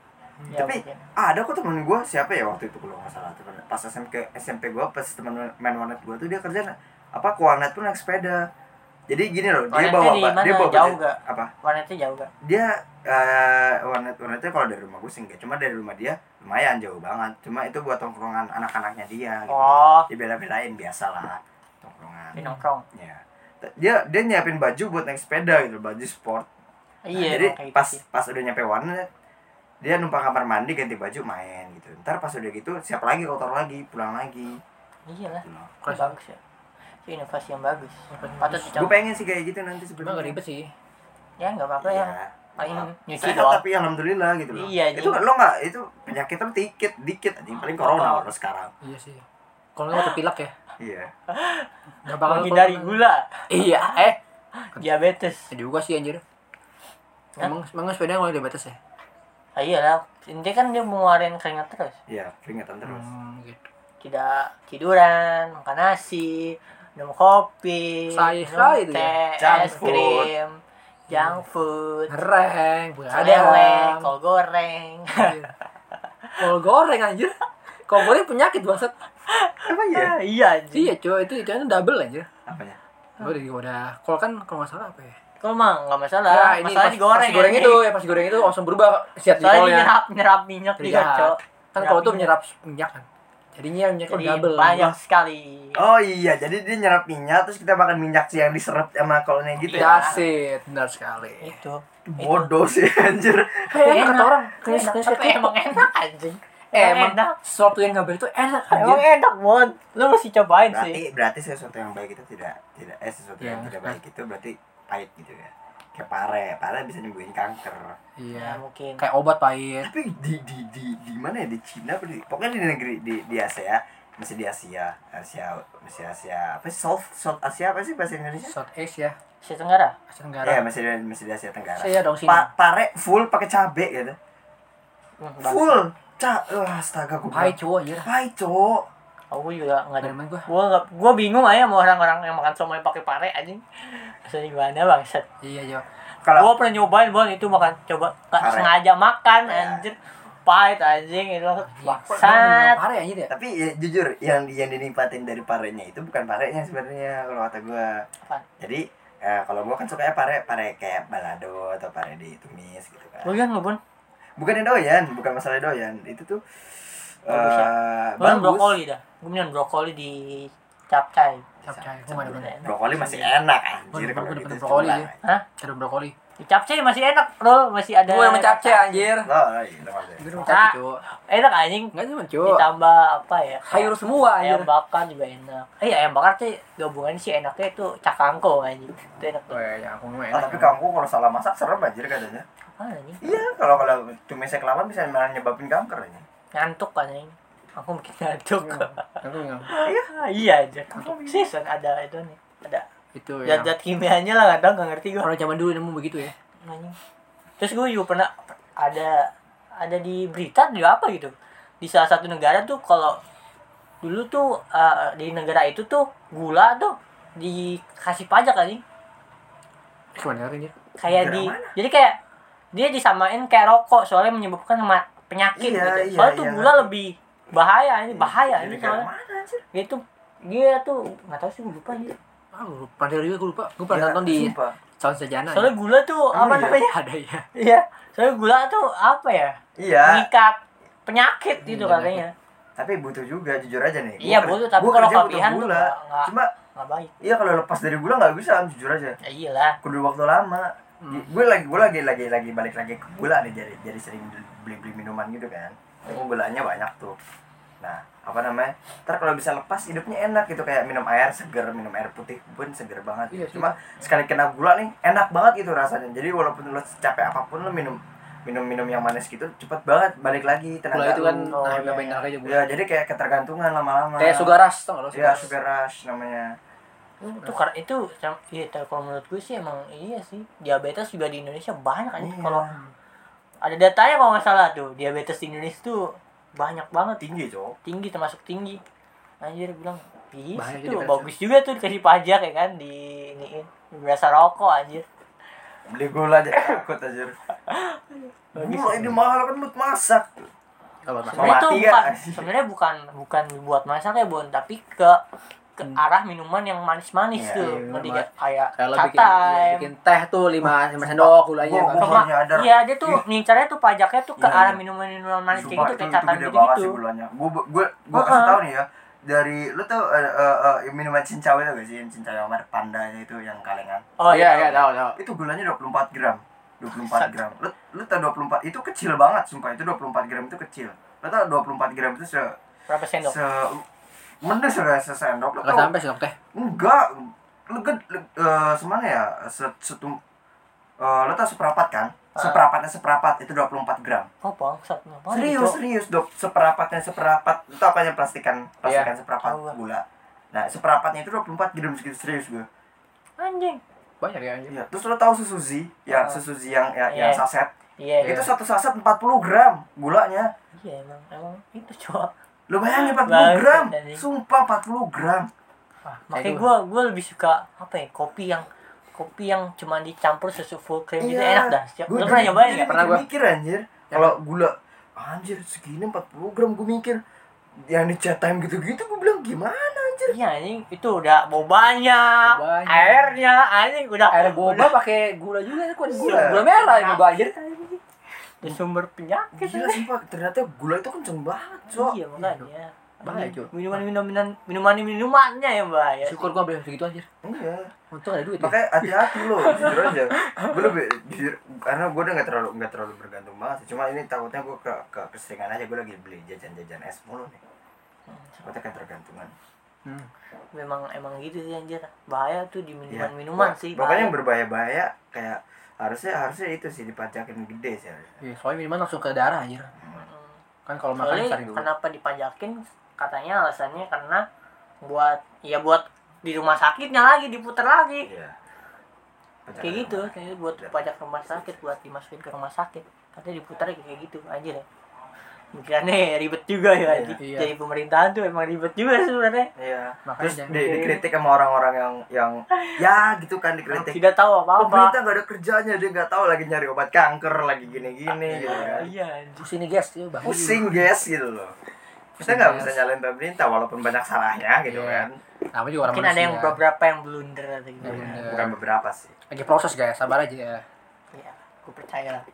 Iya, tapi mungkin. Ah, ada kok temen gue siapa ya waktu itu kalau nggak salah temen pas SMP SMP gue pas temen main warnet gue tuh dia kerja na- apa ke warnet tuh naik sepeda jadi gini loh dia Warnetnya bawa di apa dia mana? bawa Jauh bajet- nggak? apa Warnanya jauh gak? dia eh warnet warnetnya kalau dari rumah gue sih enggak cuma dari rumah dia lumayan jauh banget cuma itu buat tongkrongan anak-anaknya dia gitu. Oh, dibela-belain biasa lah tongkrongan di nongkrong. ya T- dia dia nyiapin baju buat naik sepeda gitu baju sport Nah, Iya, jadi emang kayak gitu pas sih. pas udah nyampe warnet dia numpang kamar mandi ganti baju main gitu ntar pas udah gitu siap lagi kotor lagi pulang lagi Iya lah. gitu loh. Ini bagus ya itu inovasi yang bagus gue patut dicoba pengen sih kayak gitu nanti Cuma sebenarnya enggak ribet sih. ya nggak apa-apa ya Iya. paling nyuci Sehat doang tapi alhamdulillah gitu loh Iya, itu jadi- lo nggak itu penyakit lo dikit dikit anjing paling corona kalau sekarang Iya sih. Kalau nggak waktu pilek ya. iya Enggak bakal menghindari corona. gula Iya, eh. diabetes Ya juga sih anjir. Hah? Emang emang sepeda nggak ada batas ya? ah, iyalah intinya kan dia mengeluarkan keringat terus iya peringatan terus Hmm, gitu. tidak tiduran makan nasi minum kopi Say- minum say itu ya? teh Junk Iya. es krim junk food Ngereng, bukan lele ada. kol goreng Kol goreng anjir. Kol goreng penyakit banget. Emang iya? Ah, iya anjing. Iya cuy, itu itu double aja. Apanya? Gue udah udah kalau kan kalau nggak salah apa ya? Kalau mah nggak masalah. Nah, masalah pas- digoreng. pas goreng anjing. itu ya pas goreng itu langsung berubah siat Soalnya dia jempolnya. nyerap nyerap minyak juga, Jahat. Cok. Kan kalau itu Nyerap menyerap minyak kan. Jadinya minyak Jadi double. Iya, banyak sekali. Oh iya, jadi dia nyerap minyak terus kita makan minyak sih yang diserap sama kolonnya gitu ya. Iya Dasit, benar sekali. Itu. Bodoh sih (laughs) anjir. Kayaknya kata orang, Kayak kayaknya kata tapi emang enak anjing. emang enak. sesuatu yang nggak bener itu enak Emang anjir. enak banget. Lu mesti cobain Nah, sih. Berarti berarti sesuatu yang baik itu tidak tidak eh sesuatu yang Iya. tidak baik itu berarti pahit gitu ya. Kayak pare, pare bisa nyembuhin kanker. Iya. Ya mungkin. Kayak obat pahit. Tapi di di di di mana ya di Cina apa di pokoknya di negeri di di Asia masih di Asia Asia masih Asia apa sih South South Asia apa sih bahasa Indonesia? South East ya, Asia Tenggara. Asia Ya Tenggara. masih di, masih di Asia Tenggara. Saya dong sini. Pa- pare full pakai cabe gitu. Hmm, bang. Full. Ca wah, astaga gue. Pahit cowok anjir. Pahit, cowok. Aku Oh, juga nggak ada. Dari mana gua? Gua nggak. Gua bingung aja sama orang-orang yang makan somai pakai pare anjing. Rasanya gimana bangsat. Iya, iya. Kalau Gua pernah nyobain bon itu makan coba nggak Pare. sengaja makan Iya. Ya. anjir. Pahit anjing itu Sangat bangsat. parah anjir ya. tapi ya, jujur yang yang dinikmatin dari parenya itu bukan parenya sebenarnya kalau kata gue. Apaan? Jadi eh, kalau gue kan sukanya pare pare kayak balado atau pare ditumis gitu kan. Lu kan nggak bon? Bukan yang doyan, bukan masalah doyan. Itu tuh eh Bagus ya? Bon bagus. brokoli dah. Gua minum brokoli di capcay. Capcay, gua nggak ada bener. Brokoli masih enak anjir Gua- kalau gua gitu. demen brokoli, seculang. ya. Hah? Ada brokoli. Di capcay masih enak, Rul. Masih ada. Gua yang ya? mencapce anjir. Oh, iya, maksudnya. Gua mencapce cowok. Enak anjing. Enggak cuma cowok. Ditambah apa ya? Sayur semua anjir. ayam bakar juga enak eh ayam bakar tuh gabungan sih enaknya itu cakangko anjing itu enak tuh Wah, ya aku Oh, tapi kamu kalau salah masak serem anjir katanya. apaan anjing Iya, kalau kalau tumisnya kelamaan bisa malah nyebabin kanker ya. ngantuk kan anjing aku bikin ngantuk Aku enggak. Ah, (laughs) iya aja season ada itu nih ada Itu ya. zat-zat kimianya lah nggak tahu nggak ngerti gue Orang zaman dulu nemu begitu ya. anjing terus gue juga pernah ada ada di berita di apa gitu di salah satu negara tuh kalau dulu tuh eh, di negara itu tuh gula tuh dikasih pajak anjing Gimana kan anjir? kayak Negara di mana? jadi kayak dia disamain kayak rokok soalnya menyebabkan ma- penyakit Iya, gitu. iya, Soalnya tuh iya. gula lebih bahaya ini bahaya Jadi Iya, ini kayak soalnya mana anjir? dia tuh dia tuh nggak tahu sih gue lupa dia. Ah, gue lupa. Pernah juga gue lupa. Gue pernah nonton di Sumpah. calon sejana. Ya. ya. Soalnya gula tuh Emang apa iya? namanya? (laughs) ada ya. Iya. Soalnya gula tuh apa ya? Iya, Mengikat penyakit gitu Iya, katanya. tapi butuh juga jujur aja nih. Iya, Gua butuh, ker- tapi gua kalau kerja butuh kelebihan tuh gula. nggak- nggak- Cuma Nggak baik. iya kalau lepas dari gula nggak bisa, Am, jujur aja. Ya iyalah. Kudu waktu lama. Hmm. Gue lagi gue lagi lagi lagi balik lagi ke gula nih jadi jadi sering beli beli minuman gitu kan. Tapi gulanya banyak tuh. Nah, apa namanya? Ntar kalau bisa lepas hidupnya enak gitu kayak minum air seger, minum air putih pun seger banget. Iya, Cuma sekali kena gula nih enak banget gitu rasanya. Jadi walaupun lo capek apapun lo minum minum minum yang manis gitu cepet banget balik lagi Gula tenaga itu kan lu. nah, iya, nggak iya. benar aja gula. Ya, jadi kayak ketergantungan Nah. lama-lama. Kayak sugar rush tau nggak lo? Iya, Ya, sugar rush namanya. Itu karena itu sam- iya tapi kalau menurut gue sih emang iya sih. Diabetes juga di Indonesia banyak kan Iya. kalau ada datanya kalau nggak salah tuh diabetes di Indonesia tuh banyak banget tinggi, Cok. tinggi termasuk tinggi anjir gue bilang "Ih, Bahaya itu diabetes. bagus juga tuh dikasih pajak ya kan di iniin berasa rokok anjir Beli gula aja takut aja. Gula ini mahal kan buat masak. Kalau nggak salah. sebenarnya itu mati bukan nggak? sebenarnya bukan bukan buat masak ya bon tapi ke ke arah minuman yang manis-manis Iya, tuh iya, nanti iya. kayak kayak Kayak lo bikin, catai Oh, ya, bikin teh tuh lima lima sendok gulanya. Gua- nggak gua salah. Cuma- baru nyadar. iya dia tuh ngincarnya tuh pajaknya tuh ke Iya, arah iya. minuman-minuman manis Sumpah, kayak gitu kayak itu- itu catai gede gitu banget gitu sih gulanya. Gue gue gue kasih Heeh. tau nih ya. Dari lu tuh eh, eh, eh, minuman cincau itu gak sih? Yang cincau yang merek pandanya itu yang kalengan. oh Iya iya iya tahu tahu. Itu gulanya 24 gram. 24 gram. Lu lu tau 24 itu kecil banget sumpah. Itu 24 gram itu kecil. Lu tau 24 gram itu se berapa sendok se Mendes udah sesendok lu Nggak tau sampai sendok teh. Enggak, lu kan eh, semana ya? Se- Setum eh, lo tau seperapat kan? Ah. Seperapatnya seperapat itu 24 gram. oh gitu? bangsat ngapain, serius, Cok? serius, dok. Seperapatnya seperapat itu apanya plastikan, plastikan seperapat Iya. Tahu gua. gula. Nah, seperapatnya itu 24 gram segitu serius gue. anjing Banyak ya anjir. Iya. Terus lo tau Suzuzi, ya Ah. Suzuzi yang ya, yang Iya. saset. iya Iya. Itu satu saset 40 gram gulanya. iya emang emang itu cowok Lo bayangin 40 Bangsat, gram. anjing. Sumpah 40 gram. Wah, Ah, Kayak gitu. makanya gua. gue gue lebih suka apa ya kopi yang kopi yang cuma dicampur susu full cream gitu Iya. enak dah Siap- Gua lu pernah jadi- nyobain jadi nggak Pernah gua. mikir anjir. Kalau gula anjir segini 40 gram gue mikir yang di chat time gitu-gitu gue bilang gimana anjir Iya anjing itu udah bobanya, Bobanya. airnya anjing udah air boba udah pakai gula juga kok ada gula Iya. gula merah ya boba anjir di sumber penyakit. gila sumpah ternyata gula itu kenceng banget cok Iya makanya. Bahaya, Cok. Minuman minuman minuman minumannya yang bahaya. syukur gua beli segitu anjir iya untung ada duit ya makanya hati-hati lo jujur aja gue lebih jujur karena gue udah nggak terlalu nggak terlalu bergantung banget sih cuma ini takutnya gue ke, ke keseringan aja gue lagi beli jajan-jajan es mulu nih Hmm, takutnya kan tergantungan Hmm. Memang emang gitu sih anjir. Bahaya tuh di Iya. minuman minuman Mak- sih. makanya yang bahaya. berbahaya-bahaya kayak harusnya harusnya itu sih dipajakin gede sih harusnya. Iya, soalnya minuman langsung ke darah anjir Mm. kan kalau makan Soalnya dicari dulu kenapa dipajakin katanya alasannya karena buat ya buat di rumah sakitnya lagi diputar lagi iya Pajakin kayak gitu rumah. kayak buat pajak rumah sakit buat dimasukin ke rumah sakit katanya diputar kayak gitu anjir ya mikirannya ribet juga ya Iya. jadi- Iya. jadi pemerintahan tuh emang ribet juga sebenarnya iya Makanya terus jangan di, kayak dikritik sama orang-orang yang (laughs) yang ya gitu kan Emang dikritik tidak tahu apa apa pemerintah nggak ada kerjanya dia nggak tahu lagi nyari obat kanker lagi gini-gini gitu kan iya anjir. pusing nih guys ya bahaya pusing guys gitu loh kita nggak Yes. bisa nyalain pemerintah walaupun banyak salahnya gitu Iya. kan namanya juga orang mungkin ada manusia. yang ya. beberapa yang blunder atau gitu Iya. Blunder. ya bukan beberapa sih lagi proses guys sabar aja ya Iya, aku percaya lah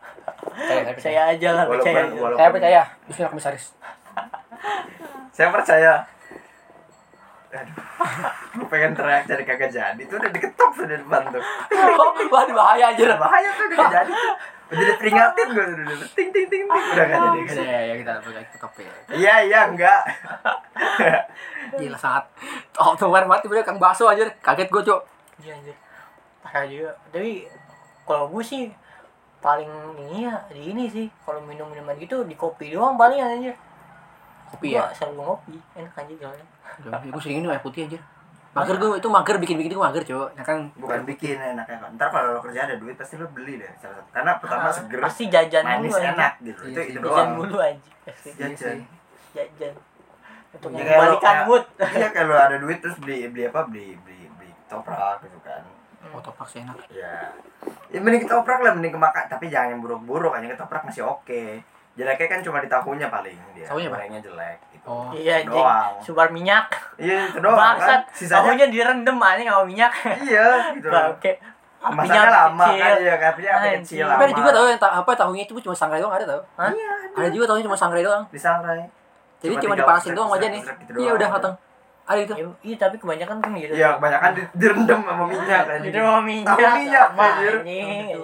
saya saya percaya percaya aja lah percaya walaupun aja. walaupun saya percaya Bismillah (laughs) komisaris saya percaya aduh (laughs) Gua pengen teriak jadi kagak jadi tuh udah diketok tuh di depan tuh Oh, wah bahaya anjir bahaya tuh udah kagak jadi tuh udah diperingatin gue udah udah ting ting ting ting udah gak jadi Iya, iya, iya, kita pakai tetap ya. iya iya enggak Gila saat oh tuh banget tiba-tiba kang bakso anjir. Kaget gua, Cok. Iya anjir. Parah juga. Tapi kalau gue sih paling ini ya di ini sih kalau minum minuman gitu di kopi doang paling anjir Oh, Kopi ya. iya. Gua selalu ngopi enak anjir jalannya Gue sering minum air putih anjir. Mager gue itu mager bikin-bikin gue mager, Cok. Ya kan bukan bikin enaknya kan ntar kalau lo kerja ada duit pasti lo beli deh salah satu karena pertama Ah, seger pasti jajan manis mulu anjir. enak gitu Iya itu sih, itu jajan doang mulu anjir Pasti Iya, jajan jajan untuk Iya, membalikan kayak- mood iya kalau ada duit terus beli beli apa beli beli beli toprak gitu kan Oh, topak sih enak. ya ya mending ketoprak lah mending kemakan tapi jangan yang buruk-buruk hanya ketoprak masih oke jeleknya kan cuma di tahunya paling dia Tahunya apa? gorengnya jelek gitu Oh. (laughs) iya anjing doang. subar minyak iya itu doang kan bangsat sisanya tahunya direndam anjing sama minyak iya gitu oke masaknya lama kan ya apinya api Anjing. kecil lama Tapi ada juga tahu yang ta- apa tahunya itu cuma sangrai doang ada tahu. Hah? iya Ada juga tahunya cuma sangrai doang. di sangrai Jadi Cuma cuma tinggal dipanasin seret, doang aja seret, nih. seret gitu Iya doang. udah mateng. Ada itu. Ya, iya tapi kebanyakan kan gitu iya kebanyakan di- direndam sama minyak kan Itu mau minyak. Tahu minyak, sama anjir. anjing.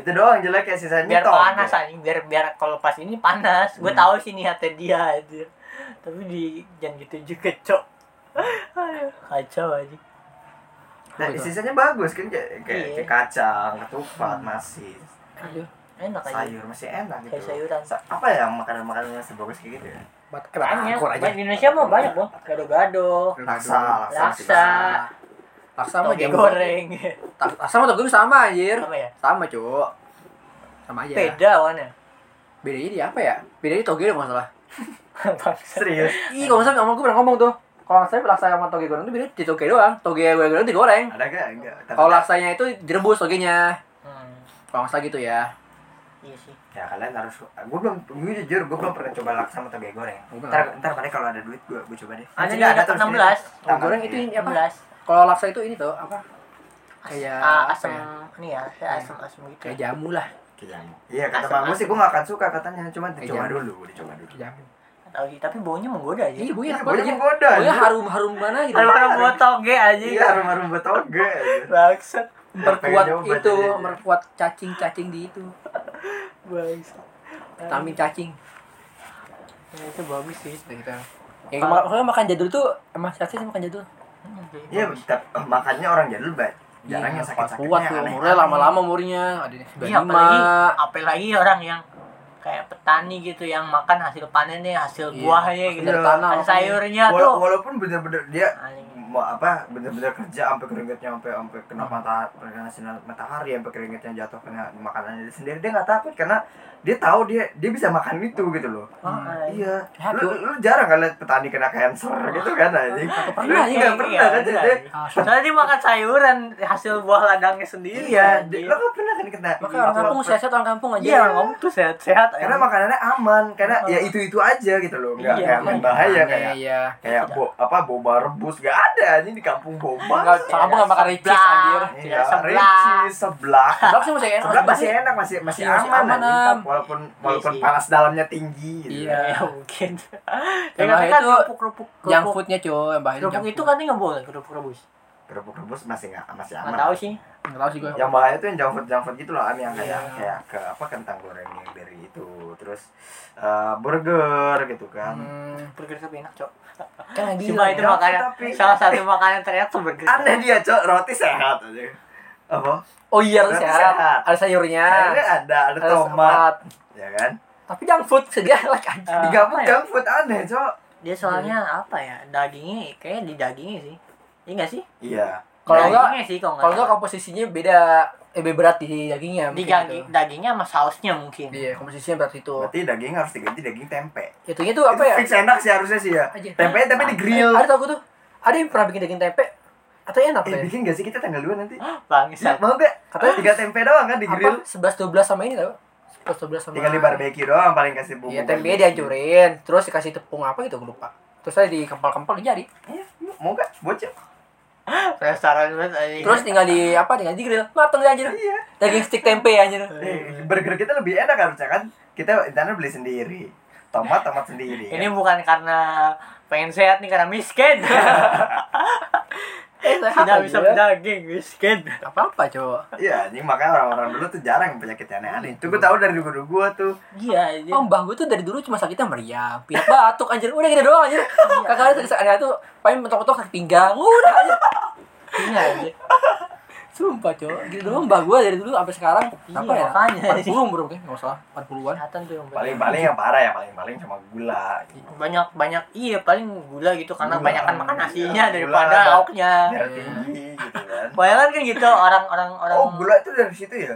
itu doang jeleknya sisanya Biar tong, panas gitu. anjing, biar biar kalau pas ini panas. Gue Hmm. tahu sih niatnya dia anjir. Tapi di jangan gitu juga, (laughs) Cok. Aduh, Kacau anjing. Nah, Betul. sisanya bagus kan kayak, kayak, Iya. kayak kacang, ketupat, masih Aduh, Enak aja. sayur masih enak gitu. Kayak sayuran. Sa- apa ya makanan-makanan yang sebagus kayak gitu ya? buat Banyak. kerangkor aja. Banyak di Indonesia mah banyak, Bang. Gado-gado, Laksa, laksa, masih Laksa. bisa. Laksa mah toge jamu. goreng. (laughs) Ta- Laksa sama toge sama anjir. Apa ya? Sama, Cok. Sama aja. Beda (laughs) warna. Bedanya di apa ya? Bedanya di toge dong masalah. Bangsat. (laughs) Serius? Ih, kalau misalnya ngomong gue pernah ngomong tuh. Kalau laksa laksa sama toge goreng itu beda di toge doang. Toge goreng digoreng. Ada gak? Enggak. Tapi- Kalau laksanya itu direbus togenya. Hmm, Kalau nggak salah gitu ya. Iya sih. Ya kalian harus Gue belum Gue jujur Gue belum pernah coba laksa sama toge goreng Gua belum. Ntar, ntar paling kalau ada duit Gue gue coba deh Ada Ini di tuh di sini. 16. Toge Tangan, Nah, goreng iya. itu ini apa? 16. Kalau laksa itu ini tuh apa? Kayak Ah, apa asam ya? ini ya, kayak asam-asam gitu. Kayak jamu lah, Kayak jamu. Iya kata Asam, bagus sih asam. Gue gak akan suka katanya Cuma dicoba jamu. dulu Dicoba dulu kayak jamu. Nggak Tahu sih, tapi baunya menggoda aja. Iya, bunyi Iya, apa? bunyi Bunyi menggoda, Bunyi anjir. harum-harum mana gitu. (laughs) Kalau orang buat toge aja. Iya harum-harum buat toge Bangsat. Memperkuat Pengen nyoba itu, jadinya. memperkuat cacing-cacing di itu. Bangsat. Vitamin cacing. Ya, itu bagus sih. Gitu. gitu. Yang kalau kalau makan jadul tuh emang cacing sih makan jadul. Hmm, jadi Iya bagus. tapi- eh, Makannya orang jadul banget Jarang yang Iya, kuat sakit-sakitnya tuh aneh. umurnya lama-lama umurnya. Ada nih, Iya, apalagi, apalagi orang yang kayak petani gitu yang makan hasil panennya, hasil Iya, buahnya hasil gitu. dari tanah, Ada makanya. sayurnya Wala- Iya, tuh. Ah, Walaupun bener-bener dia Anjing. mau apa bener-bener kerja sampai keringetnya sampai sampai kena matahari kena sinar matahari sampai keringetnya jatuh kena makanannya dia sendiri dia nggak takut karena dia tahu dia dia bisa makan itu gitu loh Ah, iya lu, lu, lu jarang kan lihat petani kena cancer gitu kan anjing Lu pernah nggak pernah kan jadi Soalnya dia makan sayuran hasil buah ladangnya sendiri. iya dia- anjing. lu nggak pernah kan kena Makanya orang Kalau- kampung sehat orang kampung aja. Iya orang ngomong tuh sehat-sehat. karena anjing. makanannya aman karena ya itu itu aja gitu loh nggak Iya, kayak main bahaya Iya, kayak Iya. kayak bo, apa boba rebus gak ada anjing di kampung boba Enggak, orang kampung nggak makan ricis Sebelah. anjir. Iya, seblak. Ricis, seblak. Seblak sih masih enak. Seblak masih enak, masih masih Masih- masih aman, aman, anjing. Am. walaupun walaupun Iya sih. panas dalamnya tinggi. gitu. Iya. Ya mungkin. Ya Emang katanya kan itu kerupuk-kerupuk Yang kerupuk- foodnya cuy, yang bahaya kerupuk itu katanya nggak boleh kerupuk rebus. Kerupuk rebus masih nggak masih aman. Nggak tahu sih. Enggak tahu sih gue. Yang bahaya tuh yang junk food junk food gitu loh, Am, yang kayak Iya. kayak ke apa kentang goreng yang dari itu, terus eh, burger gitu kan. Hmm, Burger tapi enak, Cok. kan lagi Cuma itu Tapi- makanan tapi- salah satu makanan teriak tuh burger. Aneh dia, Cok, roti sehat aja. Apa? Oh iya, harus Roti sehat. sehat. Ada sayurnya. Akhirnya ada ada Ada tomat, tomat. ya kan? Tapi junk food (laughs) kan. segala aja. Eh, Digabung apa ya? junk food aneh, Cok. Dia soalnya apa ya? Dagingnya kayak di dagingnya sih. Iya nggak sih? Iya. Kalau Dagingnya enggak sih kalau kalau enggak enggak komposisinya beda lebih berat di dagingnya. di mungkin daging, gitu. dagingnya sama sausnya mungkin. Iya, komposisinya berat itu. Berarti daging harus diganti daging tempe. Itunya tuh apa itu ya? fix enak sih harusnya sih ya Aja. tempe tempe di grill Ada tau gue tuh. Ada yang pernah bikin daging tempe. Katanya enak ya? eh deh. bikin gak sih kita tanggal 2 nanti Bangsat. (laughs) mau gak katanya tiga tempe doang kan di grill Apa? 11 12 sama ini tau? 11 12 sama. tinggal di barbeque doang paling kasih bumbu Iya, tempenya dihancurin, terus dikasih tepung apa gitu gue lupa. Terus ada di kempal-kempal jadi. Iya, mau gak bocil Restoran banget anjing. Terus tinggal di apa? Tinggal di grill. Mateng deh, anjir. iya Daging stick tempe anjir. Eh, burger kita lebih enak harusnya kan kita intinya beli sendiri tomat tomat sendiri ini bukan karena pengen sehat nih karena miskin. (laughs) Eh, sehat, Tidak bisa anjir. berdaging, miskin. Gak apa-apa, cowok. Iya, ini makanya orang-orang dulu tuh jarang yang penyakit Iya. aneh-aneh. Itu gue tau dari guru gua tuh. Iya, iya. Oh, mbah gue tuh dari dulu cuma sakitnya meriang, pilek batuk anjir. Udah gitu doang anjir. Iya. Kakak ada sakit aneh tuh paling mentok-mentok sakit pinggang. Udah anjir. iya. iya. Sumpah, cowok. Gitu doang mbah gue dari dulu sampai sekarang. Iya, Apa ya? makanya. 40 bro, kayaknya enggak salah. 40-an. Kesehatan tuh Iya. yang banyak. Paling-paling yang parah ya, paling-paling cuma gula. gitu. banyak banyak iya paling gula gitu karena Gula. banyak kan makan nasinya Iya, daripada gula. lauknya. Iya. Darah tinggi gitu kan. Bayangan kan gitu orang-orang orang Oh, gula itu dari situ ya?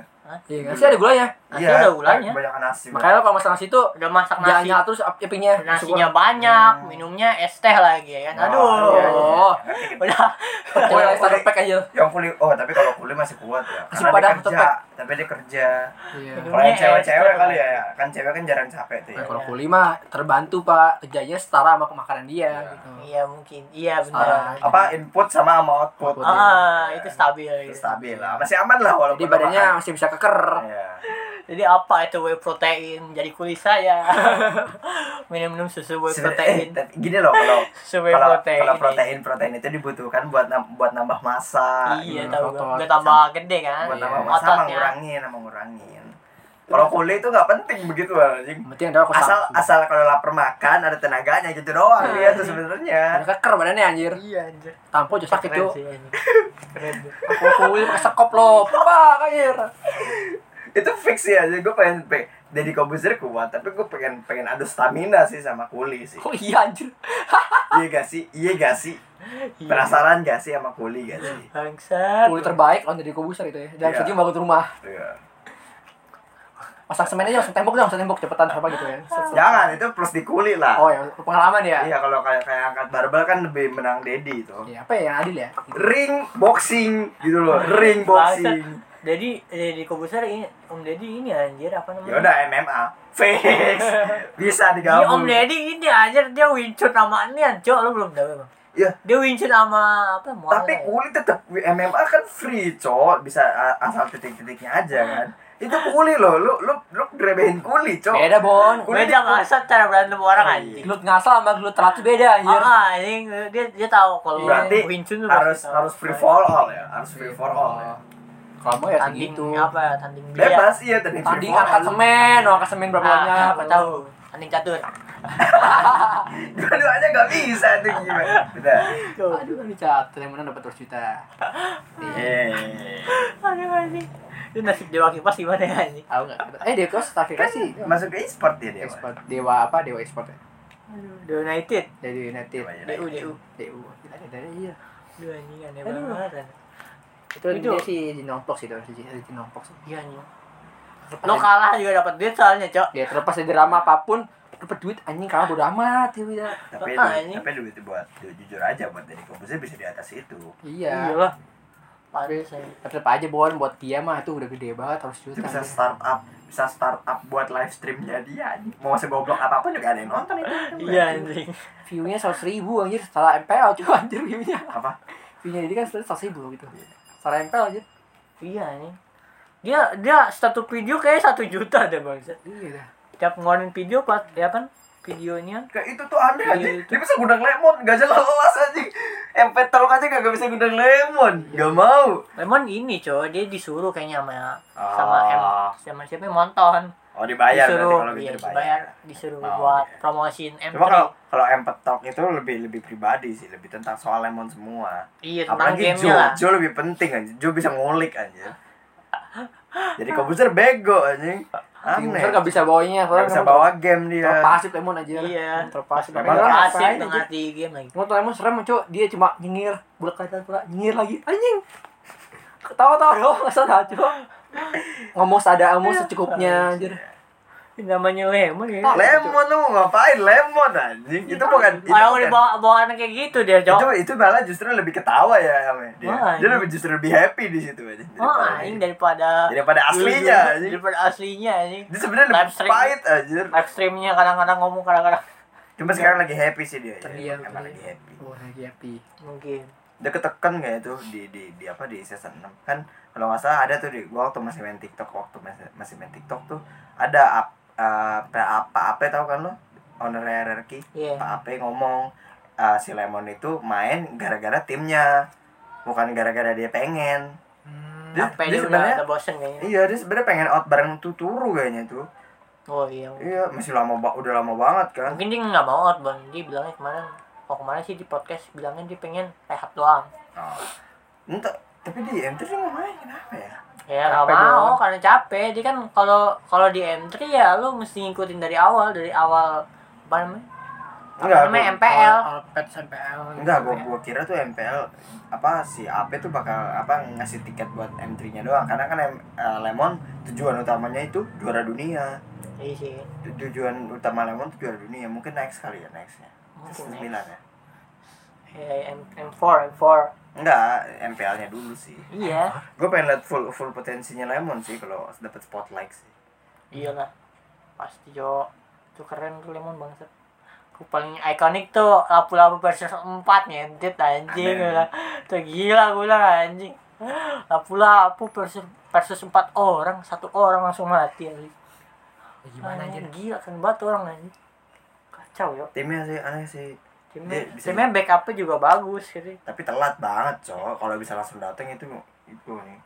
Iya, kan? sih ada gulanya. nasi udah gulanya. Banyak nasi. Makanya lo kalau masalah situ Udah masak jangan nasi. nyala terus epingnya. Nah, Nasinya banyak, Iya. minumnya es teh lagi Oh, ya kan. Aduh. iya, iya. (laughs) Udah Oh, yang starter pack anjir. yang kuli oh tapi kalau kuli masih kuat Masih ya karena dia padang kerja tetep. tapi dia kerja Iya. Minumnya kalau yang cewek-cewek es teh. kali ya ya. kan cewek kan jarang capek tuh ya Nah, kalau kuli mah terbantu pak kerjanya setara sama makanan dia Iya. gitu. Iya mungkin. Iya Setara. benar. apa input sama sama output Output. iya. Ah, itu stabil Iya. Itu gitu. stabil lah masih aman lah walaupun Jadi badannya makan. masih bisa keker. Iya. Jadi apa itu whey protein? Jadi kulit saya. (laughs) Minum-minum susu whey Sebe- eh, protein. tapi gini loh kalau Susu whey kalau protein. kalau protein protein itu dibutuhkan buat nam- buat nambah massa Hmm, Iya, tahu otot. gua. Udah tambah gede kan. buat Iya. nambah massa sama Ototnya. ngurangin sama ngurangin kalau kuli itu nggak penting begitu anjing Yang penting adalah asal kosong. asal kalau lapar makan ada tenaganya gitu doang dia tuh sebenarnya Udah keker badannya anjir. Iya anjir. Tampo aja sakit Keren tuh. sih anjir. Keren. (laughs) sih. Aku kuli pakai sekop lo. Pak anjir. itu fix ya jadi gue pengen pengen jadi komposer kuat tapi gue pengen pengen ada stamina sih sama kuli sih Oh iya anjir. iya gak sih iya gak sih Iya. penasaran gak sih sama kuli gak sih Bangsat. Kuli terbaik lawan dari kubusar itu ya. Dan Iya. yeah. bangun rumah. Iya. Pasang semen aja langsung tembok dong, langsung tembok cepetan apa gitu ya. Set, set. jangan itu plus di kuli lah Oh ya, pengalaman ya. iya kalau kayak kayak angkat barbel kan lebih menang Dedi itu Iya, apa ya yang adil ya? ring boxing gitu loh ring Bangsat. boxing Jadi Deddy Kobusar ini Om Deddy ini anjir apa namanya? ya udah MMA (laughs) fix bisa Ini Om digabung Deddy ini anjir dia wincut sama ini Cok, lu belum tahu emang. Iya. Dia wincut sama apa? Muay tapi Thai. kuli tetap MMA kan free cowok bisa a- asal titik-titiknya aja kan itu kuli loh lu lu lu rebehin kuli cowok Beda, Bon. Kulit beda ngasat cara berantem orang Iya. anjing. Gelut ngasal sama gelut teratu beda anjir. Ah, anjing dia dia tahu kalau berarti Winchun tuh pasti Iya. harus tahu. harus free for all ya harus free for all ya. Kalau mau ya tanding segitu. apa ya tanding dia. bebas iya tadi free Tanding for angkat all semen, oh, angkat semen berapa Ah, banyak? apa tahu? Tanding catur. (laughs) dua-duanya nggak bisa tuh gimana Udah. Iya. Aduh, ini catat yang menang dapat 100 juta. Eh. Aduh anjing. Itu nasib dewa kipas gimana ya anjing? Tahu nggak? Eh, Dewa Kipas terakhir kan sih. masuk ke e-sport ya dia Export Dewa apa? Dewa Export ya. Aduh, Dewa United. Dari United. Dewa United. DU DU. DU. Gila, Dari iya. Aduh anjing aneh Aduh. banget. Itu, Itu. dia si Jinong Pox itu, si Jinong Pox. Iya anjing. Lo kalah juga dapat duit soalnya, Cok. Dia Ya, terlepas dari drama apapun, dapat duit anjing kalah bodo amat ya udah. tapi Ah, duit, ini. tapi duit buat ju- jujur aja buat dari komposisi bisa di atas itu Iya. Iyalah. Padahal saya. Tapi tetap aja bon buat dia mah itu udah gede banget harus itu juta. bisa startup bisa startup buat live streamnya dia anjing. mau segoblok apapun juga ada yang nonton itu Iya anjing. View-nya 100 ribu anjir setelah MPL coba (laughs) anjir view-nya. apa View-nya jadi kan setelah 100 ribu gitu. Iya. Setelah MPL anjir. Iya anjing. Dia dia satu video kayak satu juta deh bang. Iya dah. Tiap ngeluarin video plat ya kan videonya. kayak itu tuh aneh Iya, anjing itu. dia bisa gudang lemon gak jelas lolos anjing MP Talk aja gak bisa gudang lemon Iya. gak mau Lemon ini cowok dia disuruh kayaknya sama sama Ah. M sama siapa Monton. oh dibayar berarti disuruh kalau gitu iya, dibayar dibayar disuruh Oh, buat iya. promosiin M3. Cuma kalau kalau MP Talk itu lebih lebih pribadi sih lebih tentang soal lemon semua iya tentang apalagi Jo gamenya lah. Jo lebih penting anjing Jo bisa ngulik anjing jadi komputer bego anjing User aneh gak bisa bawanya, Gak soalnya bisa Lemon bawa game dia terpasif lemon aja. Iya. Terpasif. Memang Tapi orang Asik ngapain aja. banget di game lagi. Nonton emang serem cok, dia cuma nyengir, bulat kata pula nyengir lagi, anjing. Ketawa-tawa doang, nggak salah cok. Ngomong sadar kamu Iya. secukupnya, anjir. Namanya Lemon ya. Ah, lemon lu mau ngapain lemon anjing itu bukan itu Orang bukan- dibawa bawaan kayak gitu dia, itu Cok. itu malah justru lebih ketawa ya sama dia Wah, dia anjing. lebih justru lebih happy di situ aja daripada, Wah, Ah, anjing daripada daripada aslinya anjing Daripada aslinya anjing. dia sebenarnya Live lebih stream. pahit anjir Live streamnya kadang-kadang ngomong kadang-kadang cuma sekarang lagi happy sih dia ya. Terdiam, emang lagi terdiam. happy Oh, lagi happy. mungkin. dia ketekan nggak itu di, di di apa di season 6 kan kalau nggak salah ada tuh di gua waktu masih main TikTok waktu masih, masih main TikTok tuh ada ap- eh, apa apa apa tahu kan lo owner hierarchy Iya. Pak Ape ngomong "Ah, si Lemon itu main gara-gara timnya bukan gara-gara dia pengen Hmm. dia, dia Sampai dia udah, sebenarnya udah bosen kayaknya. iya dia sebenarnya pengen out bareng tuh turu kayaknya tuh Oh iya. iya masih lama ba- udah lama banget kan Mungkin dia nggak mau out bang. Dia bilangnya kemarin mau kemana sih di podcast bilangnya dia pengen rehat doang. oh. entah tapi di M3 dia nggak main kenapa ya Ya nggak Capek mau doang. karena capek. Dia kan kalau kalau di M3 ya lu mesti ngikutin dari awal dari awal apa namanya? Apa namanya gua- MPL. Kalau pet MPL. enggak ya? gua, gua kira tuh MPL apa si Ape tuh bakal apa ngasih tiket buat M3 nya doang karena kan em- eh, Lemon tujuan utamanya itu juara dunia Iya sih. Tu- tujuan utama Lemon tuh juara dunia mungkin next kali ya nextnya Mungkin season next. 9 ya Ya, M- M4 M4. Enggak, MPL-nya dulu sih. Iya. Gue pengen liat full full potensinya Lemon sih kalau dapat spotlight sih. Iyalah. Pasti Jo. Itu keren tuh lemon bangsat. Aku paling ikonik tuh lapu-lapu versus 4 nyentit anjing Amin. gua bilang. (laughs) Tuh gila gue bilang anjing. Lapu-lapu versus versus 4 orang, satu orang langsung mati anjing. Ya, Eh, Gimana aja? Anjing, Gila kan banget tuh orang anjing. Kacau yo. Timnya sih aneh sih, Timnya, Dia bisa- timnya backupnya juga bagus gitu. tapi telat banget, cok. Kalau bisa langsung dateng itu itu nih.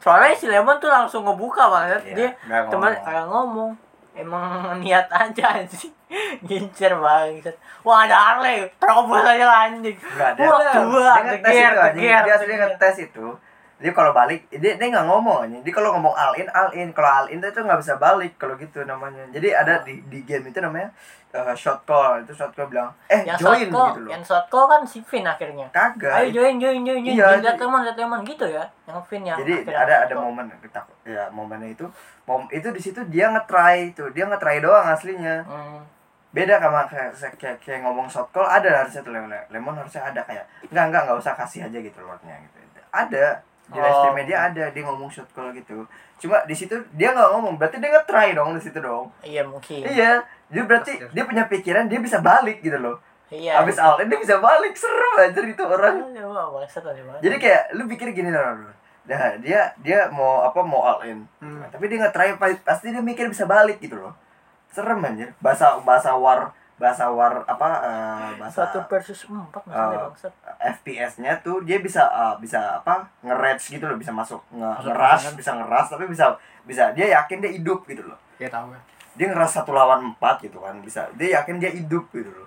Soalnya si Lemon tuh langsung ngebuka banget. Iya, Dia nggak ngomong. teman kayak ngomong emang (laughs) niat aja anjing (laughs) ngincer banget wah ada Harley terobos aja anjing Enggak ada. wah dua Dia ngetes teger itu anjing. teger Dia asli ngetes itu. Dia kalau balik, dia dia nggak ngomong anjing. Dia kalau ngomong all in, all in. Kalau all in dia tuh nggak bisa balik kalau gitu namanya. Jadi ada di, di game itu namanya eh, shot call. Itu shot call bilang, "Eh, yang join" shotko gitu loh. yang shotko kan si Vin akhirnya Kagak. ayo join join join join Iya, lihat jadi- teman lihat teman gitu ya yang Vin yang jadi akhirnya ada ada shotko. momen ketak ya momennya itu mom itu di situ dia ngetry itu dia ngetry doang aslinya Hmm, beda sama kayak kayak, kayak ngomong shot call ada harusnya tuh lemon, lemon harusnya ada kayak enggak enggak enggak usah kasih aja gitu lordnya gitu ada di live Oh. streamnya dia ada dia ngomong shot call gitu cuma di situ dia nggak ngomong berarti dia ngetry dong di situ dong iya mungkin iya dia berarti dia punya pikiran dia bisa balik gitu loh iya habis all in dia bisa balik seru aja itu orang Aduh, wah, bangsat ada banget jadi kayak lu pikir gini loh, loh. Nah, dia dia mau apa mau all in. Hmm. Tapi dia nggak try pa- pasti dia mikir bisa balik gitu loh. Serem anjir. Bahasa bahasa war bahasa war apa eh, bahasa satu versus empat maksudnya Ah. bangsat FPS-nya tuh dia bisa eh, bisa apa nge-rage gitu loh, bisa masuk nge- Masuk ngeras, pasangan. bisa ngeras tapi bisa bisa dia yakin dia hidup gitu loh. Ya tahu ya. Dia ngeras satu lawan empat gitu kan bisa. Dia yakin dia hidup gitu loh.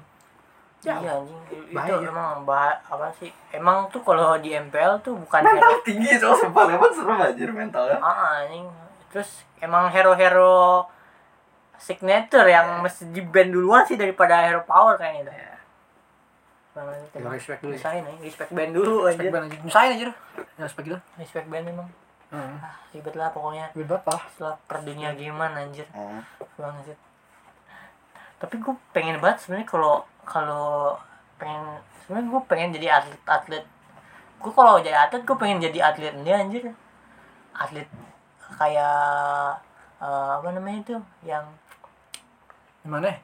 Ya. iya anjing itu Bahaya. emang bah apa sih emang tuh kalau di MPL tuh bukan Mental tinggi tuh sumpah lewat serem anjir mentalnya. Ah, anjing. Terus emang hero-hero Iya. signature yang mesti di band duluan sih daripada hero power kayaknya dah. Bang, aja, Emang Iya. respect dulu ya? Nyusahin aja, respect band dulu Iya. aja. Respect banget anjir. Misalnya anjir. Ya, respect gitu. Respect band memang. Heeh. Ah, ribet lah pokoknya. Duit berapa? Setelah per dunia gimana anjir. Hmm. banget tapi gue pengen banget sebenarnya kalau kalau pengen sebenarnya gue pengen jadi atlet atlet gue kalau jadi atlet gue pengen jadi atlet dia anjir atlet kayak eh, apa namanya itu yang Gimana? ya?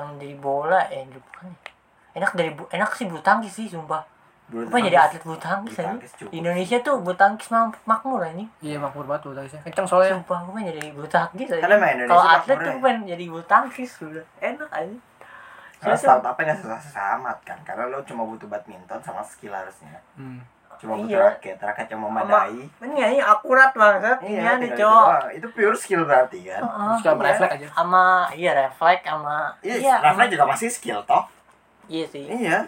yang dari bola eh dari- bukan ya. enak dari bu- enak sih bulu tangkis sih sumpah Bulu gue jadi atlet bulu tangkis Bulu anjir tangkis cukup. Di Indonesia tuh bulu tangkis mak- makmur anjing Iya, makmur banget tuh tadi. Kencang soalnya. sumpah gue pengen jadi bulu tangkis Oh, anjing. iya. Karena emang Indonesia kalau atlet makmur tuh ya. gue pengen jadi bulu tangkis udah enak aja Karena startupnya nggak susah-susah amat kan, karena lo cuma butuh badminton sama skill harusnya. Hmm. Cuma butuh Iya. raket, raket yang memadai. Ini nyanyi akurat banget, iya, tinggal nih itu cowok. doang. Itu pure skill berarti kan. Heeh, Terus sama iya. refleks aja. Sama iya refleks sama Iya, iya, Rafa sama- juga masih skill toh. iya sih. Iya.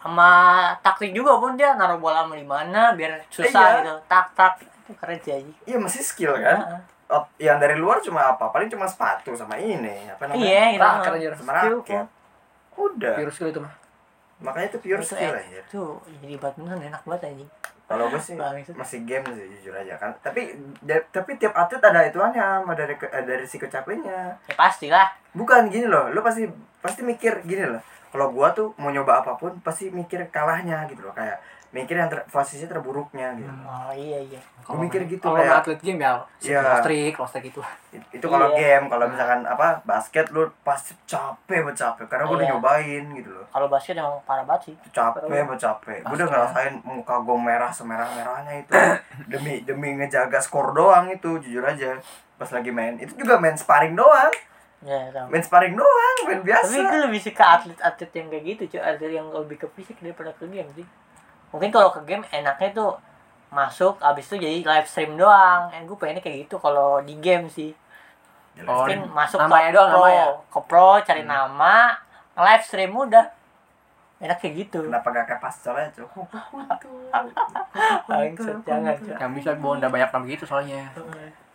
Sama taktik juga pun dia naruh bola di mana biar susah Iya. gitu. Tak tak itu keren sih aja. Ah. Iya masih skill kan. Heeh. Oh, yang dari luar cuma apa? Paling cuma sepatu sama ini, apa namanya? Iya, itu. Raket anjir. Sama Skill, raket. Udah. Virus skill itu mah. Makanya itu pure Itu skill enak. aja. Tuh, jadi badminton enak banget anjing. Kalau gue sih Bang, itu- masih game sih jujur aja kan. Tapi da- tapi tiap atlet ada ituannya sama dari ke- eh, dari si kecapainya. Ya pastilah. Bukan gini loh, lu pasti pasti mikir gini loh. Kalau gua tuh mau nyoba apapun pasti mikir kalahnya gitu loh kayak mikir yang ter- posisi terburuknya gitu. Oh iya iya. Gua mikir gitu Kalau kayak- atlet game ya, Iya. cross trick, cross trick gitu. It- itu kalau Iya. game kalau misalkan apa basket lu pasti capek banget capek karena gue udah Iya. nyobain gitu loh Kalau basket emang parah banget sih. Itu capek banget capek gue udah Pasti, ngerasain muka gue merah semerah merahnya itu (coughs) demi demi ngejaga skor doang itu jujur aja pas lagi main itu juga main sparring doang Ya, tahu. main sparring doang main biasa Tapi kan itu lebih sih ke atlet-atlet yang kayak gitu, cuy. Atlet yang lebih ke fisik daripada ke game sih. Mungkin kalau ke game enaknya tuh masuk abis itu jadi live stream doang. Eh gue pengennya kayak gitu kalau di game sih. Jelas. kan. Oh, Mungkin masuk namanya ke doang, pro, namanya. ke pro cari nama, live stream udah. Enak kayak gitu. (laughs) kenapa gak kayak pascal aja Cok? Bangsat, jangan, cuy. Yang bisa bonda banyak nama gitu soalnya.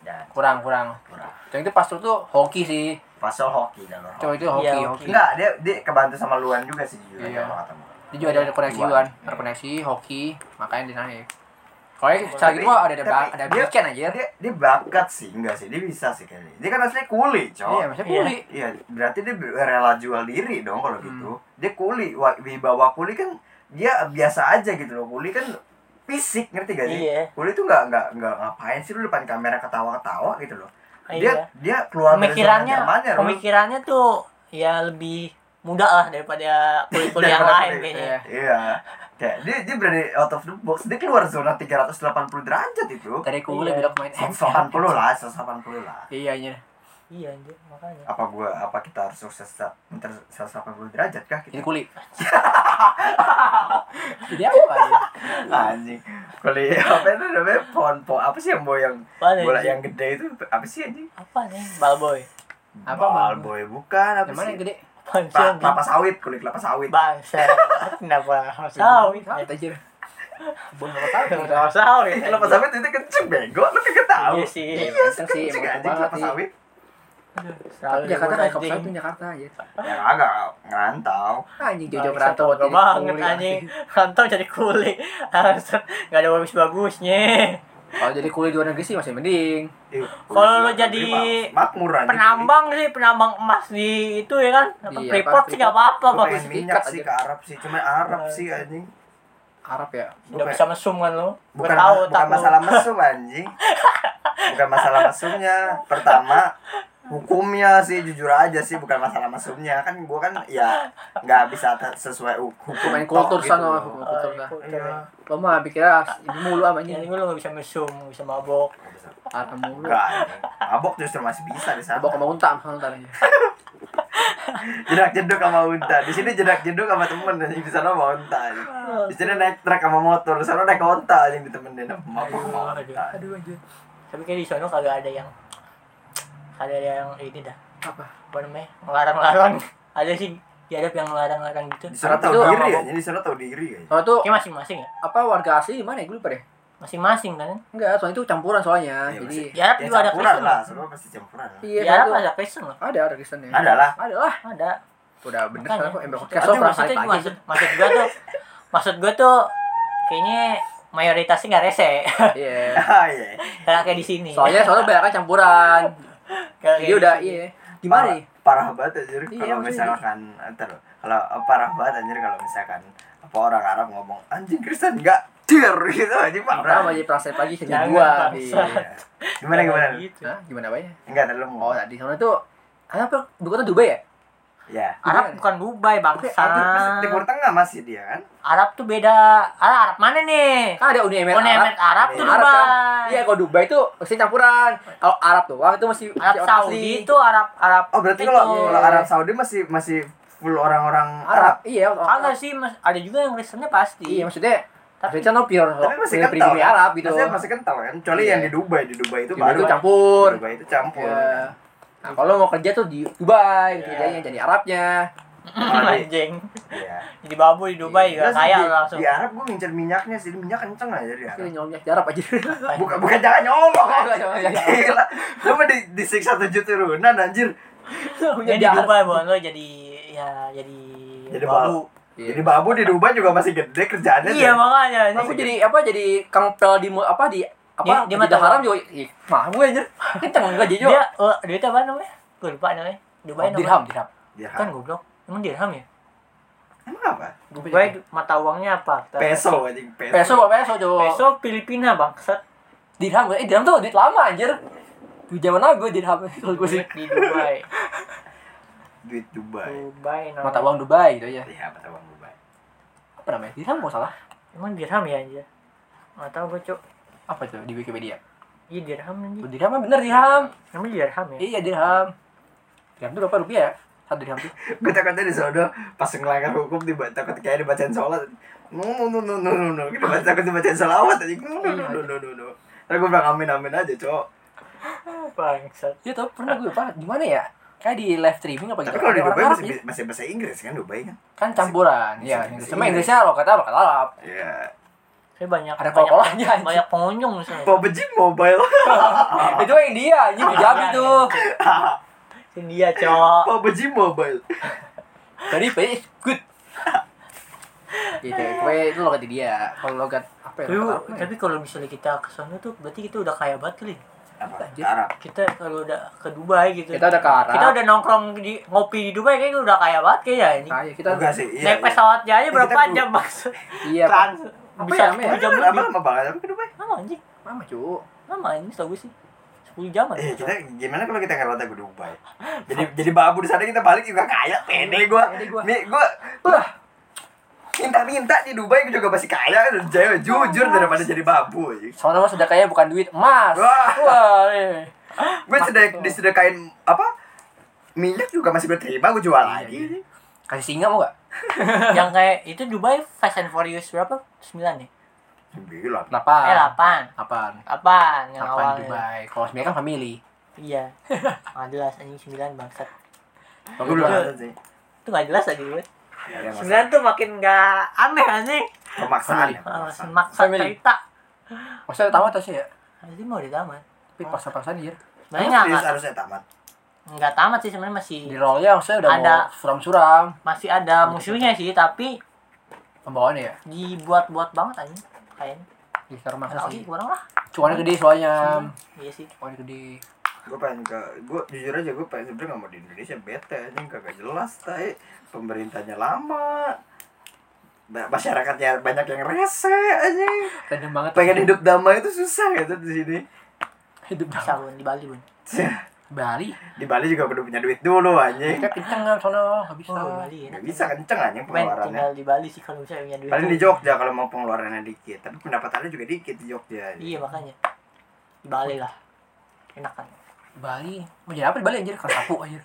ya Kurang, kurang. kurang Yang itu pastor tuh hoki sih. pascal hoki jalur hoki. Cowok itu hoki, Iya, hoki. kan, enggak dia dia kebantu sama luan juga sih jujur Iya. aja kalau kata gue Dia juga ada koneksi Luan. kan, terkoneksi hoki, makanya dia naik. Kalau yang secara gitu mah ada ada tapi ada dia- bikin aja. Ya, dia dia bakat sih enggak sih dia bisa sih kayaknya dia kan asli kuli cowok Iya, maksudnya kuli. Iya, berarti dia rela jual diri dong kalau Hmm. gitu. Dia kuli, wa- wibawa kuli kan dia biasa aja gitu loh. Kuli kan fisik ngerti gak sih? Iya. Kuli tuh nggak nggak nggak ngapain sih lu depan kamera ketawa-ketawa gitu loh. Dia Iya. dia keluar dari zona Pemikirannya, nyamannya, Rul. pemikirannya tuh ya lebih mudah lah daripada kuliah-kuliah yang Daripada lain kulit- kayaknya. Iya. Iya. Kayak dia dia berani out of the box. Dia keluar zona 380 derajat itu. Dari kuli Iya. bilang main ya. 180 lah, 180 lah. Iya anjir. Iya, anjir, makanya. Apa gua apa kita harus sukses sa- mentar 180 derajat kah kita? Jadi Ya, kuli. Jadi apa ya? (laughs) anjing kuliah (laughs) apa itu namanya pon pon apa sih yang boy yang Apaan, bola anjing? yang gede itu apa sih anjing Apa nih? Balboy. Apa, bal Bang? boy bukan apa Yang mana sih yang gede? Apaan sih, Pa- anjing? kelapa sawit kulit kelapa sawit (laughs) bangsa kenapa harus Iya, sawit Sawit ya? anjir. Bukan Kenapa apa harus sawit Eh, kelapa sawit itu kenceng bego lu kagak tahu iya sih Iya, iya kenceng sih, sekenceng emang anjing banget kelapa sih. sawit Tapi Jakarta Sawit buat Iya, kayak kapal anjing. sawit tuh Jakarta aja. ya agak ngerantau Anjing Bangsa, jauh-jauh merantau bodoh banget anjing rantau jadi kuli Alasan, nggak ada bagus bagusnya Kalau jadi kuli di luar negeri sih masih mending. Ih, Kalau lu kulit jadi kelapa- makmur anjing penambang sih penambang emas di itu ya kan apa Iya, Freeport sih Iya, Freeport. nggak apa apa Gua bagus pengen minyak Sikat sih aja. ke Arab sih cuma Arab sih anjing Arab ya. Gua udah pengen- bisa mesum kan lo gue bukan tahu bukan tak lu. masalah mesum anjing bukan masalah mesumnya pertama hukumnya sih jujur aja sih bukan masalah mesumnya kan gua kan ya nggak bisa atas- sesuai hu- hukum Main tok kultur gitu sana, loh. hukum Oh, kultur iya, lah. kultur. Iya. Lo mah pikirnya ini mulu sama Jadi anjing. lu nggak bisa mesum, nggak bisa mabok. Nggak bisa. Arab mulu. Nggak, anjing. mabok justru masih bisa di sana Bawa ke unta sama unta aja. jedak jeduk sama unta di sini jedak jeduk sama temen anjing di sana sama unta anjing. di sini naik truk sama motor di sana naik unta anjing ditemenin sama mabok Iya, sama unta Aduh anjir. Tapi kayak di sono kagak ada yang kagak ada yang ini dah. Apa? apa namanya ngelarang-larang (laughs) ada sih di Arab yang ngelarang-larang gitu di sana Itu tahu diri sama- ya di sana tahu diri ya Soalnya tuh kayak masing-masing ya apa warga asli mana ya? Gue lupa deh. masing-masing kan Enggak, soalnya itu campuran soalnya. Iya, Jadi di Arab ya juga ada campuran Kristen lah lah semua pasti campuran lah iya, di Arab soalnya ada Kristen loh tuh- ada ada Kristen ya. ada lah Ada lah. ada udah bener Makanya. kan kok embel podcast Aduh, Soalnya maksud, perasaan maksud, maksud gue tuh maksud gue tuh kayaknya mayoritasnya nggak rese (laughs) Iya. ah iya nggak kayak di sini Soalnya soalnya banyak kan campuran. Nggak Jadi kayak di udah sini. iya. (laughs) Gimana nih? parah banget anjir Iya, kalau maksudnya. misalkan ntar kalau eh, parah banget anjir kalau misalkan apa orang Arab ngomong anjing Kristen enggak dir (laughs) gitu anjing Pertama parah aja prasep lagi ke Jangan, gua. Pak. Iya. Iya. gimana gimana gitu. Hah? Gimana banyak? enggak terlalu Oh mau tadi soalnya tuh apa? Bukan tuh Dubai ya? ya Arab bukan Dubai tapi bangsa Arab terus Ah. Timur Tengah masih dia kan Arab tuh beda Arab, Arab mana nih Kan ada Uni Emirat Uni Emirat Oh, Arab tuh Uni Arab kan? Dubai. Iya, kalau Dubai tuh mesti campuran. Kalau Arab doang itu mesti Arab mesti Iya, orang asli. Saudi itu Arab Arab oh berarti itu. kalau kalau Arab Saudi masih masih full orang-orang Arab. Arab Iya, orang Arab. Kagak sih, mas, ada juga yang Kristennya pasti. Iya, maksudnya Tapi- Tapi kan lo pure tapi masih pure kental kan? pribumi Arab gitu. Maksudnya masih kental kan kecuali Iya. yang di Dubai di Dubai itu Dubai baru itu campur. Dubai itu campur Iya. Nah, kalau mau kerja tuh di Dubai, Iya. kerjanya jadi Arabnya. (laughs) Arab. (laughs) anjing. Iya. Jadi babu di Iya, Dubai juga Nggak sih, kaya di- langsung. di Arab gue ngincer minyaknya sih minyak kenceng aja di Arab Ini nyolongnya di Arab aja. Iya. Bukan bukan jangan (laughs) nyolong. Jangan, jangan, jangan. Gila. Lu mah di disiksa tujuh turunan anjir. Nyolongnya Jadi di Dubai bukan lo jadi ya jadi Jadi babu. Iya. Jadi babu di Dubai juga masih gede kerjaannya. Iya tuh. makanya. Nah, aku jadi apa jadi kang pel di mu- apa di apa di, Di- di mata haram juga ih, mah gue anjir kenceng enggak jadi Dia oh, duit apa namanya? Gue lupa namanya. Dubai namanya. Oh, dirham dirham Ya, Kan goblok. Emang dirham ya? Emang apa? Dubai mata uangnya apa? Kita- Peso anjing peso. peso apa peso coba Peso Filipina bangsat. dirham eh dirham tuh duit lama anjir duit zaman aku gue dirham (laughs) kalau gue sih Duit di Dubai. Duit Dubai. Dubai namanya. mata uang Dubai gitu ya Iya, mata uang Dubai. apa namanya dirham nggak salah Emang dirham ya anjir. Enggak tahu gue, Cuk. apa itu di Wikipedia Iya dirham oh, anjir. dirham mah bener dirham Namanya dirham ya. iya dirham dirham tuh berapa rupiah ya satu dirham tuh Gue takutnya di sono pas ngelanggar hukum tiba takut kayak dibacain sholat. Nu nu nu nu nu nu nu. Kita baca takut dibacain sholawat anjing. Nu nu nu nu nu nu, nu. Terus gue bilang amin amin aja, Cok. Bangsat. iya tau pernah gue lupa di mana ya kayak di live streaming apa gitu Tapi kalau di Orang Dubai Arab masih ya. masih bahasa Inggris kan Dubai kan? kan campuran Masih- ya masih Inggris sama Inggris. Inggrisnya lo kata lo kata Arab Iya. Tapi banyak Ada banyak, kol-kolannya, anjir. banyak pengunjung misalnya. PUBG Mobile. itu mah India (laughs) anjing di Jambi tuh India, Cok. PUBG Mobile. Tadi pay good. (laughs) gitu, gue itu logat di dia. Kalau logat apa ya? Lu, Logat apa ya? tapi kalau misalnya kita ke sana tuh berarti kita udah kaya banget kali. Apa? Anjir. Arab. Kita kalau udah ke Dubai gitu. Kita udah ke Arab. Kita udah nongkrong di ngopi di Dubai kayaknya udah kaya banget kayaknya ini. Kayak Ah, kita Enggak sih. Iya, Naik iya. pesawatnya aja berapa Kita dulu- jam maksud? iya Trans Apa bisa ya, apa ya? sepuluh Eh, jam Lama- lebih. lama banget tapi ke Dubai. Lama anjing. mama cu. Lama anjing tau gue sih. 10 Iya, jam Eh, (laughs) anjing. kita gimana kalau kita ngerota ke (laughs) Dubai? Jadi jadi babu di sana kita balik juga kaya pede gua. Pede gua. Nih gua wah. Minta-minta di Dubai gua juga masih kaya kan cewek jujur daripada jadi babu. ya. Soalnya mas sudah kaya bukan duit emas. Wah. Wah, eh. Gue sedek disedekain apa? Minyak juga masih berterima gua Iya, jual lagi. kasih singa mau gak? Yang kayak itu Dubai Fast and Furious berapa? 9 ya? Sembilan. Delapan. Eh, delapan. Delapan. Apaan Delapan di yang awalnya? Dubai. Kalau sembilan kan family. (laughs) Iya. Nggak jelas anjing 9 bangsat. Kalau Gua belum dua- nonton sih. Itu nggak jelas tadi gue. Ya, ada yang masalah. 9 tuh makin nggak aneh anjing. Pemaksaan. ya, Ah, pemaksaan. Maksa Family. cerita. Maksudnya tamat aja ya? Nanti mau di tamat. Tapi paksa-paksa anjir. Sebenarnya Emang serius nggak harusnya tamat. nggak tamat sih sebenarnya masih Di rollnya maksudnya udah Ada. mau suram-suram. masih ada musuhnya sih tapi Pembawaannya ya? dibuat-buat banget anjing kayaknya. Di kamar Nggak tahu masa sih Iya sih. kurang lah. Cuannya gede soalnya. Iya sih. Cuannya gede. gue pengen ke gue jujur aja gue pengen sebenernya nggak mau di Indonesia bete anjing kagak jelas tai pemerintahnya lama Ba- masyarakatnya banyak yang rese anjing Random banget. pengen hidup damai itu susah gitu di sini Hidup Bisa bun di Bali bun. Bali. di Bali juga perlu punya duit dulu anjing Kita kenceng kan sono, habis Oh, di Bali ya. nggak bisa kenceng anjing Men pengeluarannya tinggal di Bali sih kalau misalnya punya duit. paling di Jogja kalau mau pengeluarannya dikit tapi pendapatannya juga dikit di Jogja anjing. Iya makanya. Di Bali lah. Enak kan. Bali mau jadi apa di Bali anjir kan sapu anjir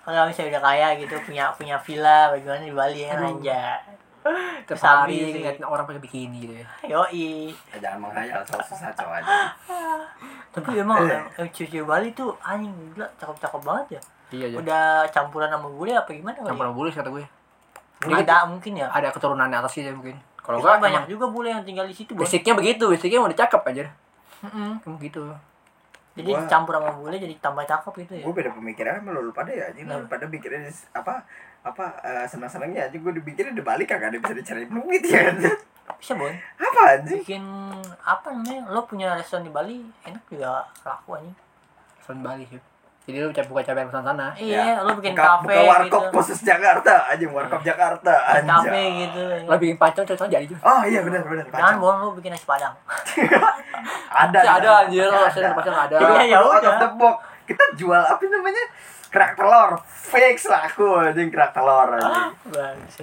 Kalau misalnya udah kaya gitu punya punya villa bagaimana di Bali ya Aduh. anjay. tiap Sapi hari sih. ngeliatin orang pakai bikini gitu ya Yoi. jangan menghayal soal susah cowok anjing Tapi emang Eh. eh, cucu Bali tuh anjing gila cakep-cakep banget ya. iya aja Udah campuran sama bule apa gimana nggak kali? pernah bulus kata gue gitu. Ada mungkin ya. ada keturunannya atas gitu ya mungkin kalau enggak Soalnya banyak banyak juga bule yang tinggal di situ, Bun. basicnya begitu basicnya udah cakep anjir Mm-mm. emang gitu jadi Gua- campur sama bule jadi tambah cakep gitu ya gue beda pemikiran sama lu lu pada ya anjing Nah. lu pada mikirin apa apa eh, senang-senangnya aja gue dipikirin dibalik kagak ada bisa dicari duit ya anjing. bisa boy (laughs) apa anjing bikin apa namanya lo punya restoran di Bali enak juga laku anjing Restoran Bali sih. Jadi lu buka cabang pesan sana. iya lo bikin buka, kafe buka warkop gitu khusus Jakarta anjing warkop Jakarta Bikin kafe anjing gitu Lah bikin pacong contohnya jadi juga. oh iya benar benar jangan pacang. bohong lo bikin nasi padang ada Masih ada di sana. anjir, restoran pacong ada. Kita Iya, ya out udah. of the box. Kita jual apa namanya? Kerak telur. Fix laku anjing kerak telur (gasps) anjing. bagus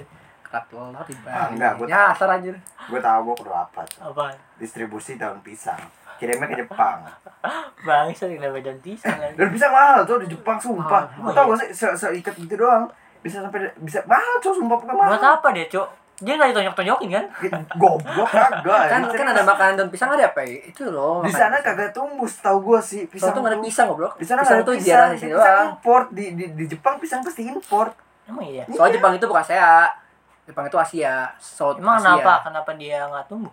Kerak telur di Bali. Ya, Ah, enggak, gua- Nah, Nyasar anjir. Gue tahu gue perlu apa. tuh. apa Distribusi daun pisang. Kirimnya ke Jepang. bagus kenapa dan pisang lagi Daun pisang mahal tuh di Jepang sumpah. Ah, Lu tahu gak sih se seikat gitu doang bisa sampai bisa mahal tuh sumpah bukan buat mahal. Gitu. apa dia cok dia nggak ditonjok-tonjokin kan Goblok kagak. Kan anjing. kan ada makanan daun pisang ada apa ya? Itu loh. di sana kagak tumbuh tahu gue sih Pisang pisang. tuh nggak ada tuh. pisang goblok. Di sana nggak ada tuh pisang. iya. jarang di sini Pisang doang. import di, di di Jepang pisang pasti import. emang iya Soalnya Jepang itu bukan saya. Jepang itu Asia, South emang Asia. kenapa kenapa dia nggak tumbuh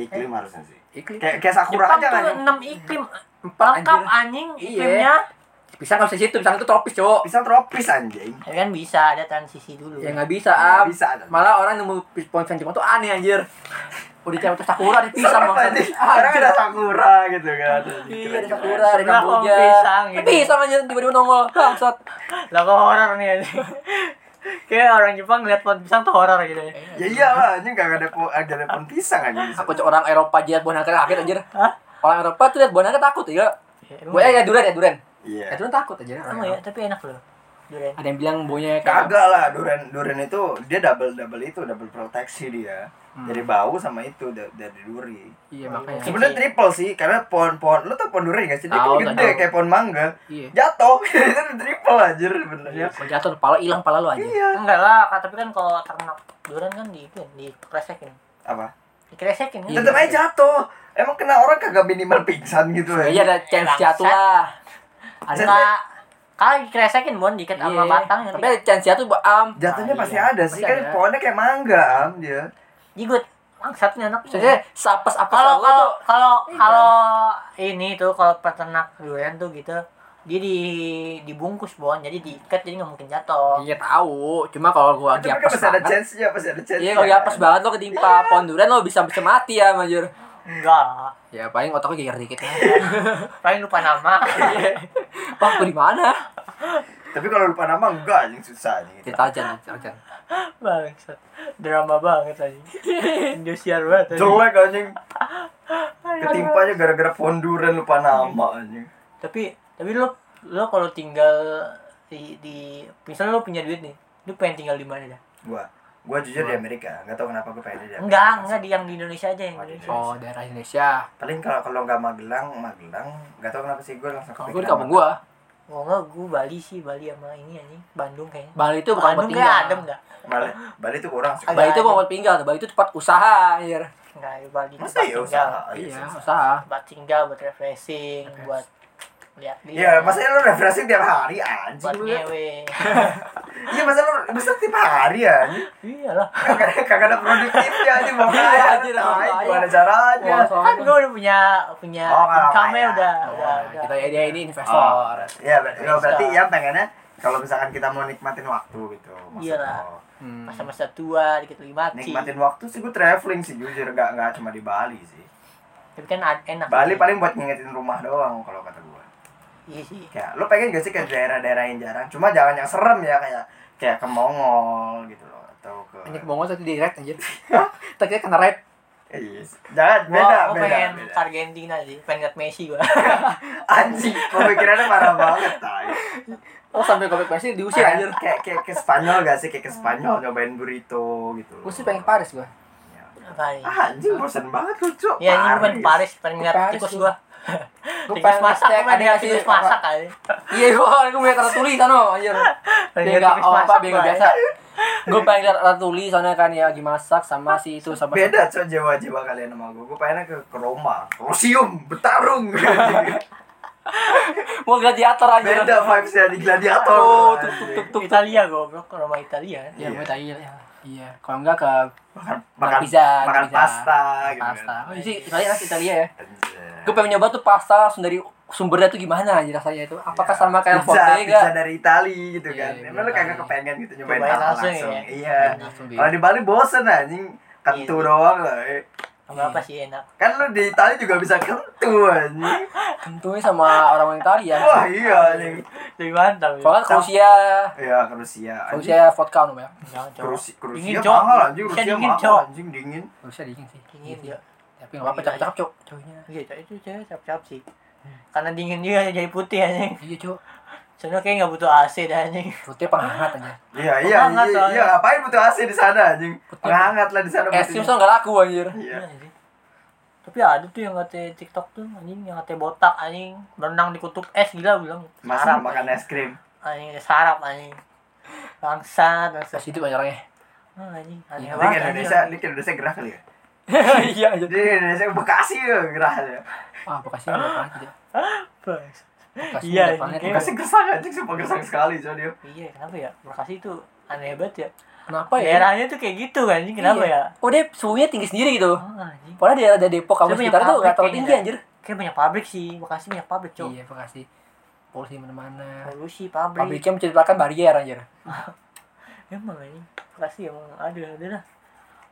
Iklim harusnya sih. Iklim. Kayak kayak sakura Jepang aja kan. tuh enam iklim Empat lengkap anjir. anjing Iya. iklimnya Pisang nggak bisa situ, pisang itu tropis, Cok. Pisang tropis anjing. tapi kan bisa ada transisi dulu Ya nggak bisa, Nggak Am. bisa, Am. Malah orang nemu pis- pohon pisang Jepang tuh aneh anjir. Udah cewek sakura di pisang Sama bangsa. aja. Orang Anjir. ada sakura gitu kan. Iya, ada sakura, ada Sebelah pohon kamboja. pisang, Eh, gitu. Pisang anjir tiba-tiba nongol. Bangsat. Lah kok horor nih (laughs) anjing. Kayak orang Jepang ngeliat pohon pisang tuh horor gitu ya. Ya iyalah, anjing gak ada po- ada ada pohon pisang anjing. Apa Cok, orang Eropa aja lihat buah nangka kaget anjir. Hah? Orang Eropa tuh lihat buah nangka takut ya. Buah ya duren ya duren. Ya Iya. duren takut aja. Emang Iya, ya, Iya. tapi enak loh. Durian. Ada yang bilang buahnya kayak Kagak lah, durian durian itu dia double double itu double proteksi dia. Dari bau sama itu da- dari duri. Hmm. Iya makanya. Sebenarnya triple sih, karena pohon-pohon lu tau pohon durian gak sih? Dia Tahu, kan gede tahu. kayak pohon mangga. Iya. Jatuh, (laughs) itu triple anjir sebenarnya. Kalau jatuh pala hilang pala lu aja. Iya. Enggak lah, Kak, tapi kan kalau ternak durian kan di itu di kresekin. Apa? Dikresekin kan. Iya. Tetep aja jatuh. Emang kena orang kagak minimal pingsan gitu ya. Iya ada chance Bangsat. jatuh lah. Ada Ada kalau dikresekin bon diikat Iya. sama batang Tapi nanti ada chance jatuh Bu, am. Jatuhnya Ah, pasti iya. ada sih, Pasti kan ada. pohonnya kayak mangga am dia. jigut. Bangsat nih anak. Maksudnya sapas apa Kalau kalau kalau Iya. kalau ini tuh kalau peternak durian tuh gitu dia di dibungkus bon jadi diikat jadi nggak mungkin jatuh Iya tahu, cuma kalau gua Tapi kan giapes pasti ada Oh, banget. chance-nya, pasti ada chance. Iya. Iya kalau giapes banget lo ketimpa pohon durian lo bisa bisa mati ya manjur. enggak lah. Ya paling otak gue geger dikit (laughs) ya. paling lupa nama Wah, aku di mana? Tapi kalau lupa nama enggak anjing susah anjing. Cerita aja nih, cerita aja. Bangsat. Drama banget aja. Indosiar banget anjing. Jelek anjing. Ketimpanya gara-gara pohon durian lupa nama anjing. Tapi tapi lu lu kalau tinggal di di misalnya lu punya duit nih, lu pengen tinggal di mana dah? Gua gua jujur di Amerika, enggak tahu kenapa gua pengen di Amerika. Enggak, enggak di yang di Indonesia aja yang di Indonesia. Oh, daerah Indonesia. Paling kalau kalau enggak Magelang, Magelang, enggak tahu kenapa sih gua langsung Kalau kepikiran. gue di kampung gua, Oh enggak, gua Bali sih, Bali sama ini anjing, Bandung kayaknya. Bali itu bukan buat Bandung kayak adem tinggal. enggak? Bali, Bali itu kurang sih. Agak- Bali itu bukan buat tinggal, Bali itu tempat usaha, anjir. Enggak, Bali itu Masa ya buat tinggal. usaha? Iya, susah. usaha. Buat tinggal, buat refreshing, buat lihat dia. Iya, masa lu refreshing tiap hari anjing. buat ngewe. Iya, masa lu masa tiap hari anjing. Iyalah. Kagak kagak ada produktifnya anjing mau Iya, kaya anjing, anjing. mau kaya. Gimana caranya? Wah, soalnya Kan gua udah punya punya Oh, kalau income-nya kaya. udah, Oh, udah, udah. kita ya dia ini Oh, investor. ya ber- ya, berarti Bisa. ya pengennya kalau misalkan kita mau nikmatin waktu gitu. maksud Iyalah. lo. Hmm. masa-masa tua dikit lagi mati Nikmatin waktu sih gue traveling sih jujur nggak nggak cuma di Bali sih. tapi kan ad- enak Bali paling buat ngingetin rumah doang kalau kata gue. iya sih Kayak lo pengen gak sih ke daerah-daerah yang jarang? Cuma jangan yang serem ya kayak kayak ke Mongol gitu loh atau ke Ini kebongkar tadi di red anjir. (laughs) Tadi kena red. Eh, iya sih. Jangan Gua- beda gua beda. pengen beda. ke Argentina sih pengen liat Messi gua Anjing, pemikirannya parah banget tai. Oh, sampai gobek pasti diusir anjir. Kayak, kayak kayak ke Spanyol gak sih? Kayak ke Spanyol nyobain burrito gitu. Gue sih pengen ke Paris gua. Paris Ah, anjing bosan banget lucu. ya ini gua pengen ke Paris pengen liat Paris tikus sih. gua Gua tikus pengen masak ngecek gua pengen liat animasi tikus apa. masak kali Iya, gua gua lihat ratuli sana anjir. Pengen Dia liat enggak tikus apa-apa, masak dia nggak gua. ya. biasa. Gua pengen lihat ratuli sana kan ya lagi masak sama si itu sama beda coy jawa jawa kalian sama gue gue pengennya ke, ke Roma Rosium bertarung mau gladiator anjir. beda vibesnya di gladiator Oh, tuk tuk tuk tuk. Italia goblok ke rumah Italia Ya, Iya. gua tanya ya. Iya, kalau enggak ke makan makan makan, pizza, makan pizza. pasta gitu Pasta. kan. Oh, sih, Italia nasi Italia ya. Anjir. Gue pengen nyoba tuh pasta langsung dari sumbernya tuh gimana aja rasanya itu. Apakah Iya. sama kayak pizza, Forte pizza enggak? dari Itali gitu Iya, kan iya, emang lu Itali. kagak kepengen gitu nyobain Cobain apa langsung, langsung ya? iya Langsung di- kalau di Bali bosen anjing kentu Iya. doang lah eh. Sama apa sih enak? kan lu di Itali juga bisa kentu anjing Tentunya sama orang Italia. (laughs) wah iya anjing Lebih mantap ya. Soalnya Rusia, iya ke Rusia anjing Rusia vodka ya. namanya. Jangan coba. Rusia, Dingin, Rusia Cok. mahal anjing Rusia Rusia dingin, mahal Cok. anjing dingin Rusia dingin sih. Dingin ya. dia. Tapi enggak apa-apa, cakep-cakep, Cok. Cowoknya. Iya, Cok, itu cewek cap-cap sih. Karena dingin juga jadi putih anjing. Iya, Cok. Soalnya kayak nggak butuh AC dah anjing. Rutenya penghangat aja. iya iya Penghangat iya soalnya. iya ngapain butuh AC di sana anjing penghangat lah di sana Es krim butuhnya. tuh enggak Eh, laku anjir. iya Iya, anjing. Tapi ada tuh yang katanya TikTok tuh anjing yang katanya botak anjing berenang di kutub es gila bilang. masa makan es krim anjing udah sarap anjing bangsat bangsat Pas hidup aja orangnya. (laughs) Ah, anjing aneh Ini ini ke banget Indonesia ini anjing. ke Indonesia gerah kali ya Iya aja. di Indonesia Bekasi ya gerah ya Ah, bekasnya udah pernah gitu. Bangsat. Bekasnya Iya, udah pernah. ini Bekasi gesang anjing sumpah gesang sekali coy dia iya kenapa ya Bekasi itu aneh banget ya Kenapa ya? daerahnya tuh kayak gitu anjing kenapa Iya. ya Oh dia suhunya tinggi sendiri gitu. Ah, anjing Padahal daerah daerah Depok kamu Tapi yang sekitar tuh pabrik nggak terlalu kayaknya tinggi dah. anjir. kayak banyak pabrik sih Bekasi banyak pabrik cok Iya, makasih. Polisi mana-mana. polusi pabrik Pabriknya menciptakan barrier anjir. emang anjing Bekasi emang ada ada lah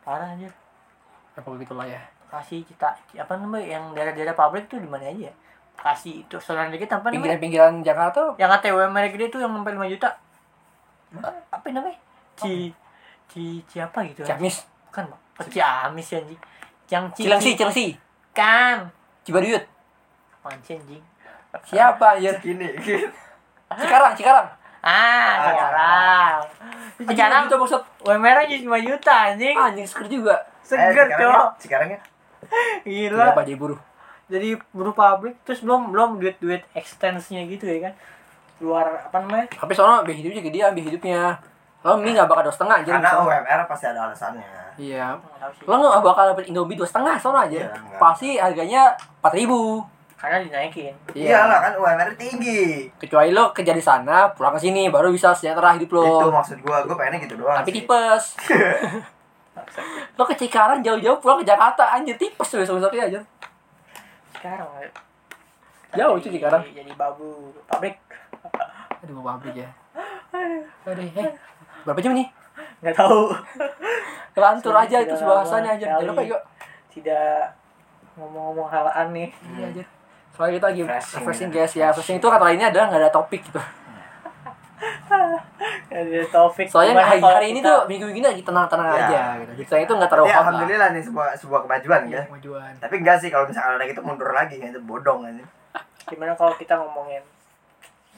parah anjir Apa begitulah ya. Bekasi cita apa namanya yang daerah-daerah pabrik tuh di mana aja ya Bekasi itu saudara dikit apa namanya Pinggiran-pinggiran Jakarta yang kata UMR gede tuh yang sampai 5 juta A- apa namanya ci ci ci apa gitu Ciamis, bukan Pak. Oh, Ciamis ya anjing yang ci Cilengsi, Cilengsi, kan Cibaduyut. apaan sih anjing Siapa anjir? (laughs) gini Cikarang, Cikarang. ah Ah, sekarang sekarang itu maksud UMR aja 5 juta anjing anjing seger juga. Eh, seger cok sekarang ya gila Kenapa Iya, jadi buruh? jadi buru pabrik terus belum belum duit duit extensinya gitu ya kan luar apa namanya Tapi soalnya biaya hidupnya gede, ah, biaya hidupnya. Lo mie nggak bakal dua setengah anjir. karena misalnya. UMR pasti ada alasannya Iya. Nggak tahu sih. Lo nggak bakal dapet Indomie dua setengah soalnya aja. Iya, nggak. Pasti harganya empat ribu. karena dinaikin Iya. iyalah kan UMR tinggi Kecuali lo kerja di sana, pulang ke sini baru bisa sejahtera hidup lo. itu maksud gua gua pengennya gitu doang tapi (laughs) sih. tipes lo ke Cikarang jauh-jauh pulang ke Jakarta anjir tipes iya, tuh sebenarnya aja sekarang ayo. Jauh, Jadi- cuy, sekarang. jadi babu pabrik aduh mau pabrik (laughs) ya aduh eh berapa jam nih nggak tahu kelantur Sudah- aja itu sudah lama bahasanya aja sekali. jangan lupa yuk tidak ngomong-ngomong hal aneh iya aja soalnya kita lagi Refreshing. refreshing guys ya refreshing itu kata lainnya adalah nggak ada topik gitu ada topik soalnya Gimana hari, kalau hari ini kita- Iya, tuh minggu ini lagi tenang-tenang Ya. aja gitu jadi saya itu nggak terlalu Tapi hot lah Ya, alhamdulillah nih sebuah sebuah kemajuan Iya, ya kemajuan tapi enggak sih kalau misalkan ada gitu mundur lagi kan itu bodong kan gimana kalau kita ngomongin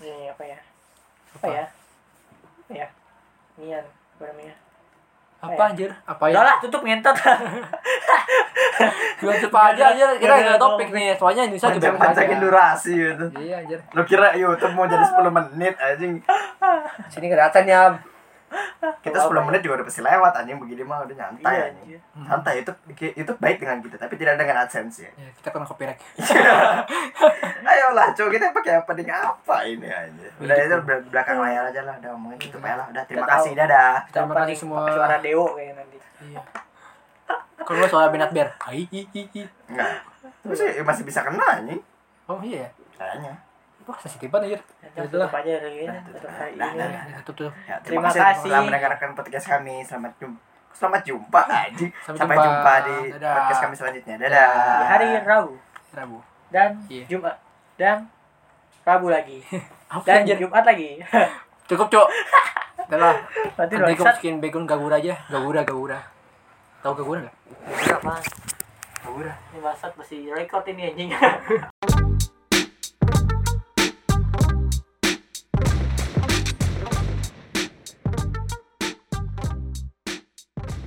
ini apa ya apa, Apa? ya apa ya nian apa namanya apa anjir apa ya Udah lah, tutup ngentot. gua cepat aja anjir kita Nggak nggak ada ada topik nih soalnya Indonesia juga baik panjang-panjangin durasi gitu iya anjir lu kira YouTube mau jadi (laughs) 10 menit anjing sini kelihatan ya kita 10 menit juga udah pasti lewat anjing begini mah udah nyantai Iya, anjing Hmm. anjir. santai YouTube YouTube baik dengan kita tapi tidak dengan adsense ya Ya, kita kena copyright Ayolah cowok kita pakai opening apa ini aja. Udah itu bel- belakang layar aja lah, udah ngomongin gitu aja lah. Udah terima Udah kasih tahu. dadah. terima Pakai kasih semua suara dewo kayak nanti Iya. Kalau nggak suara Benat Bear. Hai hi hi hi. Enggak. Masih masih bisa kena anjing. Oh iya ya. Kayaknya. Wah, sensitif banget anjir. Ya Nanti udahlah. tutup aja lagi ya, Nah, tutup. tutup hari Nah, ini. nah, nah. Ya, Tutup tuh. Ya, Terima terima, kasih. kasih telah mendengarkan podcast kami. Selamat jumpa. Selamat jumpa anjing. Sampai Sampai, jumpa. jumpa. di Dadah. podcast kami selanjutnya. Dadah. Di hari Rabu Rabu. dan Iya. Jumat dan Rabu lagi Apa dan anjir? Jumat lagi (laughs) Cukup, Cok. Udahlah. nanti Nanti gue masukin background Gagura aja. Gagura, Gagura. Tahu Gagura nggak? Apaan? Udah. Ini bangsat masih record ini anjing.